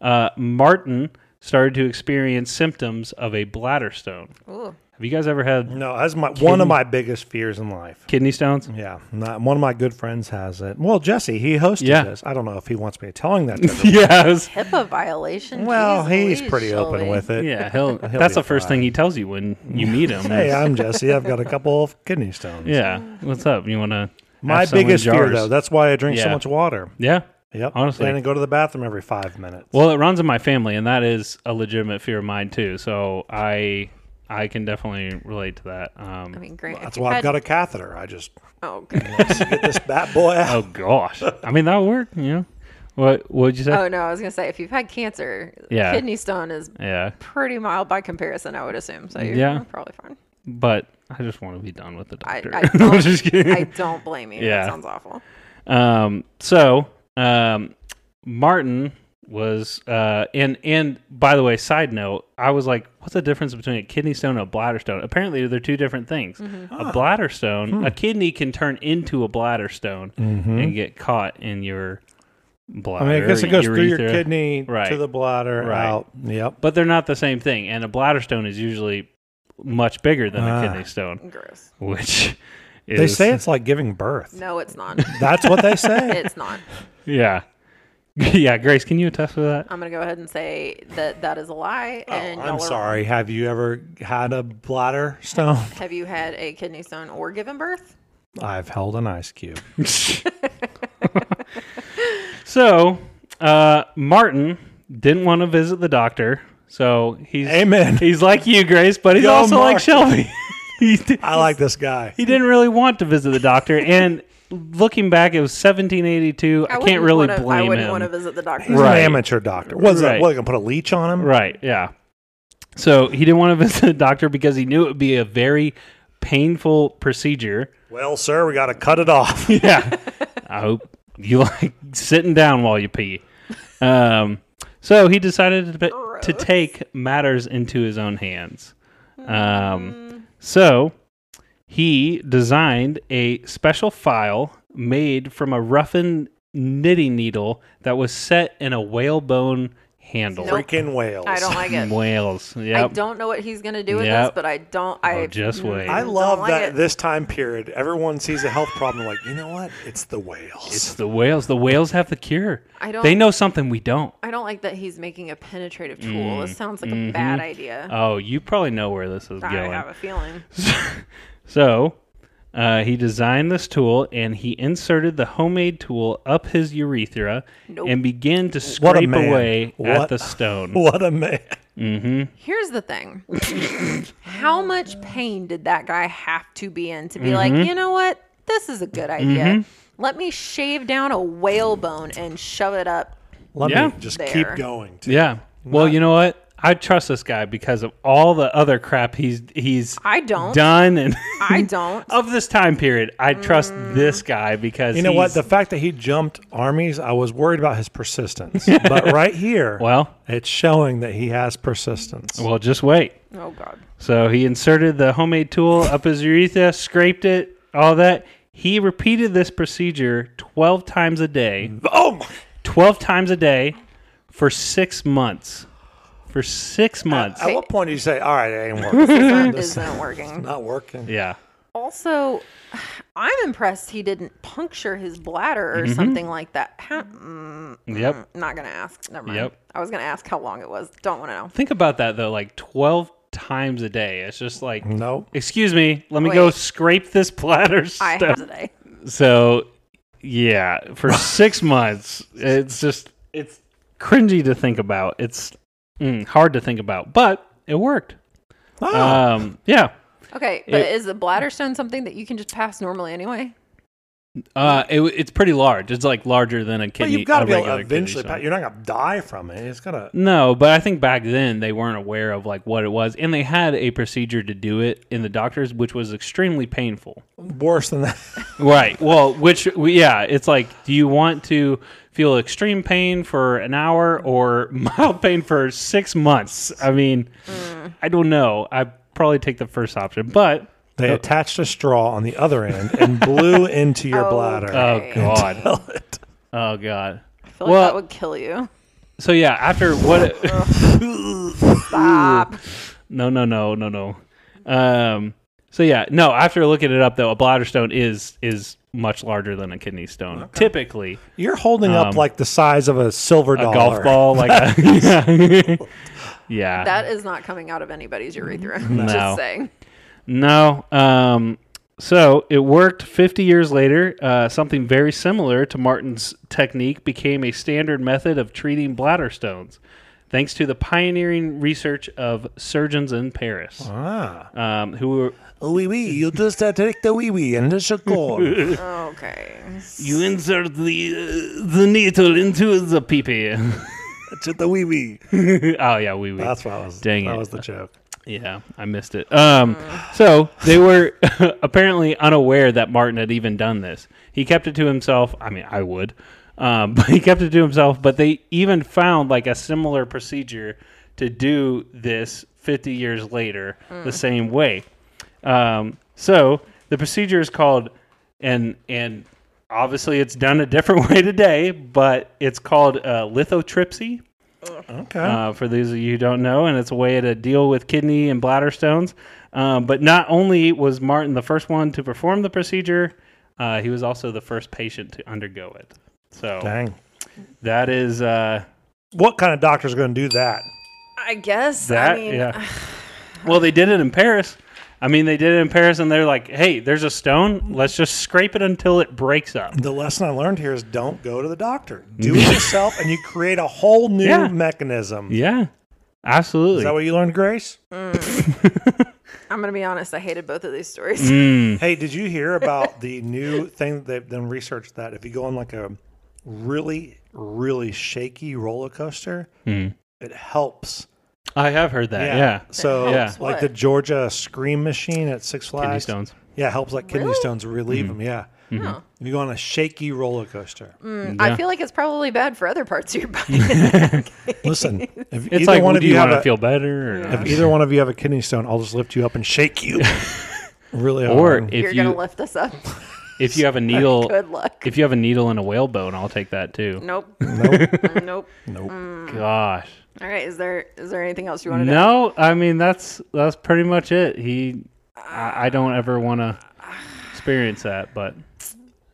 uh, Martin started to experience symptoms of a bladder stone.
ooh,
Have you guys ever had
No, that's my one of my biggest fears in life.
kidney stones?
Yeah, not, one of my good friends has it. Well, Jesse, he hosted
Yeah.
this. I don't know if he wants me telling that. to everyone.
yes.
HIPAA violation.
well,
Jeez
he's
Louise,
pretty open
Shelby.
with it.
Yeah, he'll,
He'll
that's
be
the first
fine.
thing he tells you when you meet him.
Hey,
is,
I'm Jesse. I've got a couple of kidney stones.
yeah. What's up? You want to?
My biggest fear, though, that's why I drink so
Yeah.
much water.
Yeah.
Yep.
Honestly.
And I go to the bathroom every five minutes.
Well, it runs in my family, and that is a legitimate fear of mine too. So I I can definitely relate to that. Um,
I mean, great.
That's why I've got a catheter. I just
Oh, okay.
get this bat boy out.
oh gosh, I mean that worked. You know, what what would you say?
oh no, I was gonna say if you've had cancer,
Yeah.
kidney stone is
yeah,
pretty mild by comparison, I would assume. So you're
Yeah.
probably fine.
but I just want to be done with the
I,
doctor.
I,
I'm
don't,
just kidding.
I don't blame you.
Yeah.
That sounds awful.
Um, so um, Martin was uh, and and by the way, side note, I was like, what's the difference between a kidney stone and a bladder stone? Apparently, they're two different things. A bladder stone,
Hmm.
a kidney can turn into a bladder stone and get caught in your
Mm-hmm. I
bladder.
mean, I guess it goes through your
urethra.
kidney
Right.
to the bladder
Right.
out. Yep.
but they're not the same thing. And a bladder stone is usually much bigger than
Ah.
a kidney stone,
Gross.
which is
They say it's like giving birth.
No, it's not.
That's what they say.
it's not.
yeah. Yeah, Grace, can you attest to that?
I'm gonna go ahead and say that that is a lie.
Oh,
and
I'm
y'all are-
sorry. Have you ever had a bladder stone?
Have you had a kidney stone or given birth?
I've held an ice cube.
So, uh, Martin didn't want to visit the doctor, so he's
Amen.
he's like you, Grace, but he's
Yo,
also
Martin.
like Shelby. he, di-
I like this guy.
he didn't really want to visit the doctor, and looking back, it was 1782. I, can't
wouldn't
really
wanna- I
blame
wouldn't
him.
want to visit the doctor.
He's
Right.
an amateur doctor. What's that?
Right.
What, are going to put a leech on him?
Right? Yeah. So he didn't want to visit the doctor because he knew it would be a very painful procedure.
Well, sir, we got to cut it off.
yeah. I hope you like sitting down while you pee. Um, so he decided to, to
Gross.
take matters into his own hands.
Mm.
Um, so he designed a special file made from a roughened knitting needle that was set in a whalebone handle.
Nope.
Freaking whales.
I don't like it.
Whales.
I
Yep.
don't know what he's gonna do with
Yep.
this, but I don't. I mm,
Oh, just wait.
I
don't
love
like
that
it.
this time period, everyone sees a health problem like, you know what? It's the whales.
It's the whales. The whales have the cure.
I don't-
They know something we don't.
I don't like that he's making a penetrative tool.
Mm,
this sounds like a bad idea.
Oh, you probably know where this is
I
mm-hmm. going.
have a feeling.
So uh, he designed this tool and he inserted the homemade tool up his urethra
Nope.
and began
What
to
a
scrape
man.
away
What-
at the stone.
what a man.
Here's the thing. How much pain did that guy have to be in to be
Mm-hmm.
like, you know what? This is a good idea. Let me shave down a whalebone and shove it up.
Let
Yeah.
me just
There.
keep going.
Yeah. Well, you know what? I trust this guy because of all the other crap he's he's
I don't.
done Oh. and
I Mm. don't.
of this time period. I trust this guy because
You know what? The
he's-
fact that he jumped armies, I was worried about his persistence. but right here,
well,
it's showing that he has persistence.
well, just wait.
Oh God.
So he inserted the homemade tool up his urethra, scraped it, all that. He repeated this procedure 12 times a day.
oh, my.
12 times a day for six months. For
Uh,
six months.
oh.
At what point do you say, all right, it ain't working?
That isn't working.
Not working.
yeah.
Also, I'm impressed he didn't puncture his bladder
Mm-hmm.
or something like that. How, mm,
Yep.
mm, Not gonna ask. Never mind.
Yep.
I was gonna ask how long it was. Don't want to know.
Think about that, though. Like 12 times a day. It's just like,
No.
excuse me, let me go
Mm. Wait.
scrape this platter
I
stuff.
have today.
So, yeah, for six months, it's just, it's cringy to think about. It's mm, hard to think about, but it worked.
Oh.
Um, yeah.
Okay, but
It-
is the bladder stone something that you can just pass normally anyway?
Uh, it, it's pretty large. It's like larger than a
but
kidney.
you've got to
a
be able to
regular kidney
eventually,
stone.
pa- you're not going to die from it. It's going to.
No, but I think back then they weren't aware of like what it was, and they had a procedure to do it in the doctors, which was extremely painful.
Worse than that.
Right. Well, which yeah, it's like, do you want to feel extreme pain for an hour or mild pain for six months? I mean, I don't know. I probably take the first option, but
They attached a straw on the other end and blew into your
Oh,
bladder.
oh
Right.
god,
Tell it.
oh god.
I feel like
Well-
that would kill you.
So yeah, after what?
Stop.
No, no, no, no, no. Um, so yeah, no. After looking it up, though, a bladder stone is is much larger than a kidney stone. Typically,
You're holding up
Um,
like the size of a silver
a
dollar.
golf ball, like a, yeah,
That is not coming out of anybody's urethra.
Mm, No.
Just saying.
no. Um, so it worked. Fifty years later, uh, something very similar to Martin's technique became a standard method of treating bladder stones. thanks to the pioneering research of surgeons in Paris,
Ah.
um, who were
Wee wee. You just uh, take the wee wee and the shakur.
Okay.
you insert the uh, the needle into the pee
to the wee wee.
oh yeah, we we.
That's what I was.
Dang
that
it.
was the joke.
Yeah, I missed it. Um, so they were apparently unaware that Martin had even done this. He kept it to himself. I mean, I would, um, but he kept it to himself. But they even found like a similar procedure to do this 50 years later, the same way. Um, so the procedure is called, and and obviously it's done a different way today, but it's called uh, lithotripsy
Okay.
uh, for those of you who don't know, and it's a way to deal with kidney and bladder stones. Um, but not only was Martin the first one to perform the procedure, uh, he was also the first patient to undergo it. So
Dang.
that is uh,
What kind of doctor's going to do that?
I guess.
that.
I mean,
yeah. well, they did it in Paris. I mean, they did it in Paris, and they're like, "Hey, there's a stone. Let's just scrape it until it breaks up."
The lesson I learned here is don't go to the doctor. Do it yourself, and you create a whole new
Yeah.
mechanism.
Yeah, absolutely.
Is that what you learned, Grace?
I'm gonna be honest. I hated both of these stories.
Mm, Hmm.
Hey, did you hear about the new thing that they've done research that if you go on like a really, really shaky roller coaster,
Hmm.
it helps.
I have heard that. Yeah,
So,
It helps
like
what?
the Georgia Scream Machine at Six
kidney
Flags.
stones. Hmm.
Yeah, helps like kidney
Really?
stones relieve them. Yeah.
Huh.
If you go on a shaky roller coaster.
Mm,
Yeah.
I feel like it's probably bad for other parts of your body. Okay.
Listen, if
It's
either
like,
one of
do
you,
you
have a,
want to feel better? Or
Yeah.
not?
if either one of you have a kidney stone, I'll just lift you up and shake you. really Um,
Or
hard.
if
You're
you
gonna lift this up.
If you have a needle,
Good luck.
if you have a needle and a whalebone, I'll take that too.
Nope.
nope,
nope.
nope.
Gosh,
All right. Is there is there anything else you want to do?
no. I mean, that's that's pretty much it. He, I, I don't ever want to experience that. But,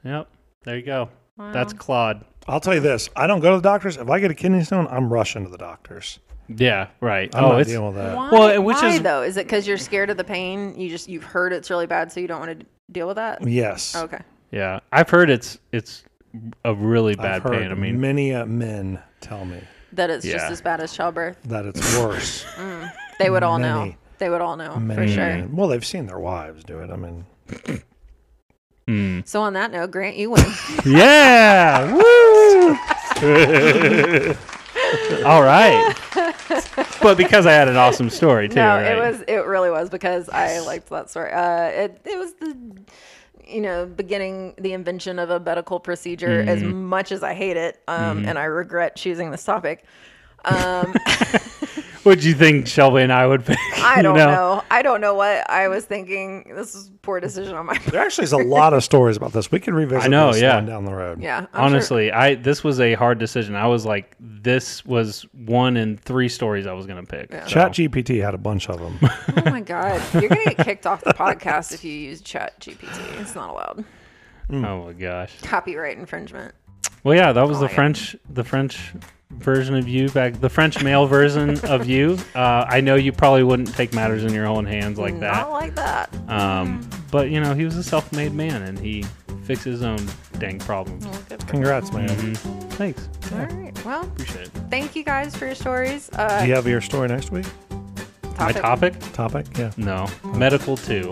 yep, there you go. That's Claude.
I'll tell you this: I don't go to the doctors. If I get a kidney stone, I'm rushing to the doctors.
Yeah, right.
I'm
oh,
not
it's
dealing with that.
Why,
Well, and which
why
is-
though? Is it because you're scared of the pain? You just you've heard it's really bad, so you don't want to deal with that.
Yes,
Okay.
yeah. I've heard it's it's a really
I've
bad
heard
pain. I mean,
many uh, men tell me
That it's
Yeah.
just as bad as childbirth.
that it's worse.
They would all know.
Many.
They would all know
many
for sure.
men. Well, they've seen their wives do it. I mean,
mm.
So on that note, Grant, you win.
yeah. Woo! All right. But because I had an awesome story too.
no,
right?
it was it really was because I liked that story. Uh, it it was the you know beginning the invention of a medical procedure. As
Mm-hmm.
much as I hate it, um, and I regret choosing this topic. Um,
What do you think Shelby and I would pick?
I
you
don't know. I don't know what I was thinking. This is a poor decision on my part.
there actually is a lot of stories about this. We could revisit.
I know,
This
yeah.
one down the road.
Yeah, I'm sure-
Honestly, I this was a hard decision. I was like, this was one in three stories I was gonna pick. so-
Chat GPT had a bunch of them.
Oh my god, you're gonna get kicked off the podcast if you use Chat GPT. It's not allowed.
Oh my gosh.
Copyright infringement.
Well, yeah, that was the
yeah.
French, the French version of you back, the French male version of you. Uh, I know you probably wouldn't take matters in your own hands like
Not
that.
like that.
Um, but you know, he was a self-made man, and he fixed his own dang problems.
Mm.
Congrats, man.
Mm-hmm. Thanks,
All right. Well,
appreciate it.
thank you guys for your stories. Uh,
Do you have your story next week?
My topic?
Topic? Yeah.
No, medical too.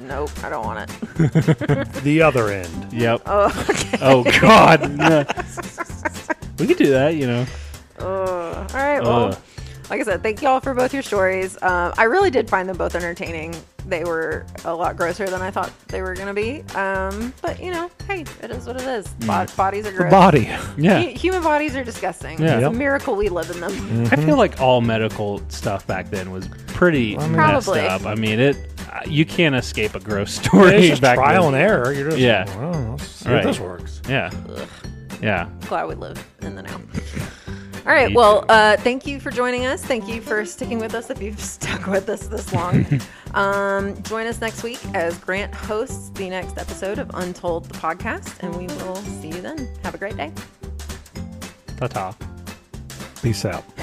Nope, I don't want it.
Mm.
The other end.
Yep.
Oh, okay.
Oh God. no. we could do that, you know.
Ugh. all right. Well,
Ugh.
like I said, thank you all for both your stories. Um, I really did find them both entertaining. They were a lot grosser than I thought they were gonna be. Um, but you know, hey, it is what it is. Bo- Bodies are gross.
Body.
Mm. Yeah.
Hu- Human bodies are disgusting.
Yeah.
It's
Yep.
a miracle we live in them.
I feel like all medical stuff back then was pretty messed
Probably.
up. I mean, it uh, you can't escape a gross story
It's just
back
trial
then.
and error. You're just
Yeah.
Well, let's see
Right.
if this works.
Yeah. Yeah.
glad we live in the now. All right.
Me
Well, uh, thank you for joining us. Thank you for sticking with us if you've stuck with us this long. um, join us next week as Grant hosts the next episode of Untold the podcast, and we will see you then. Have a great day.
Ta ta.
Peace out.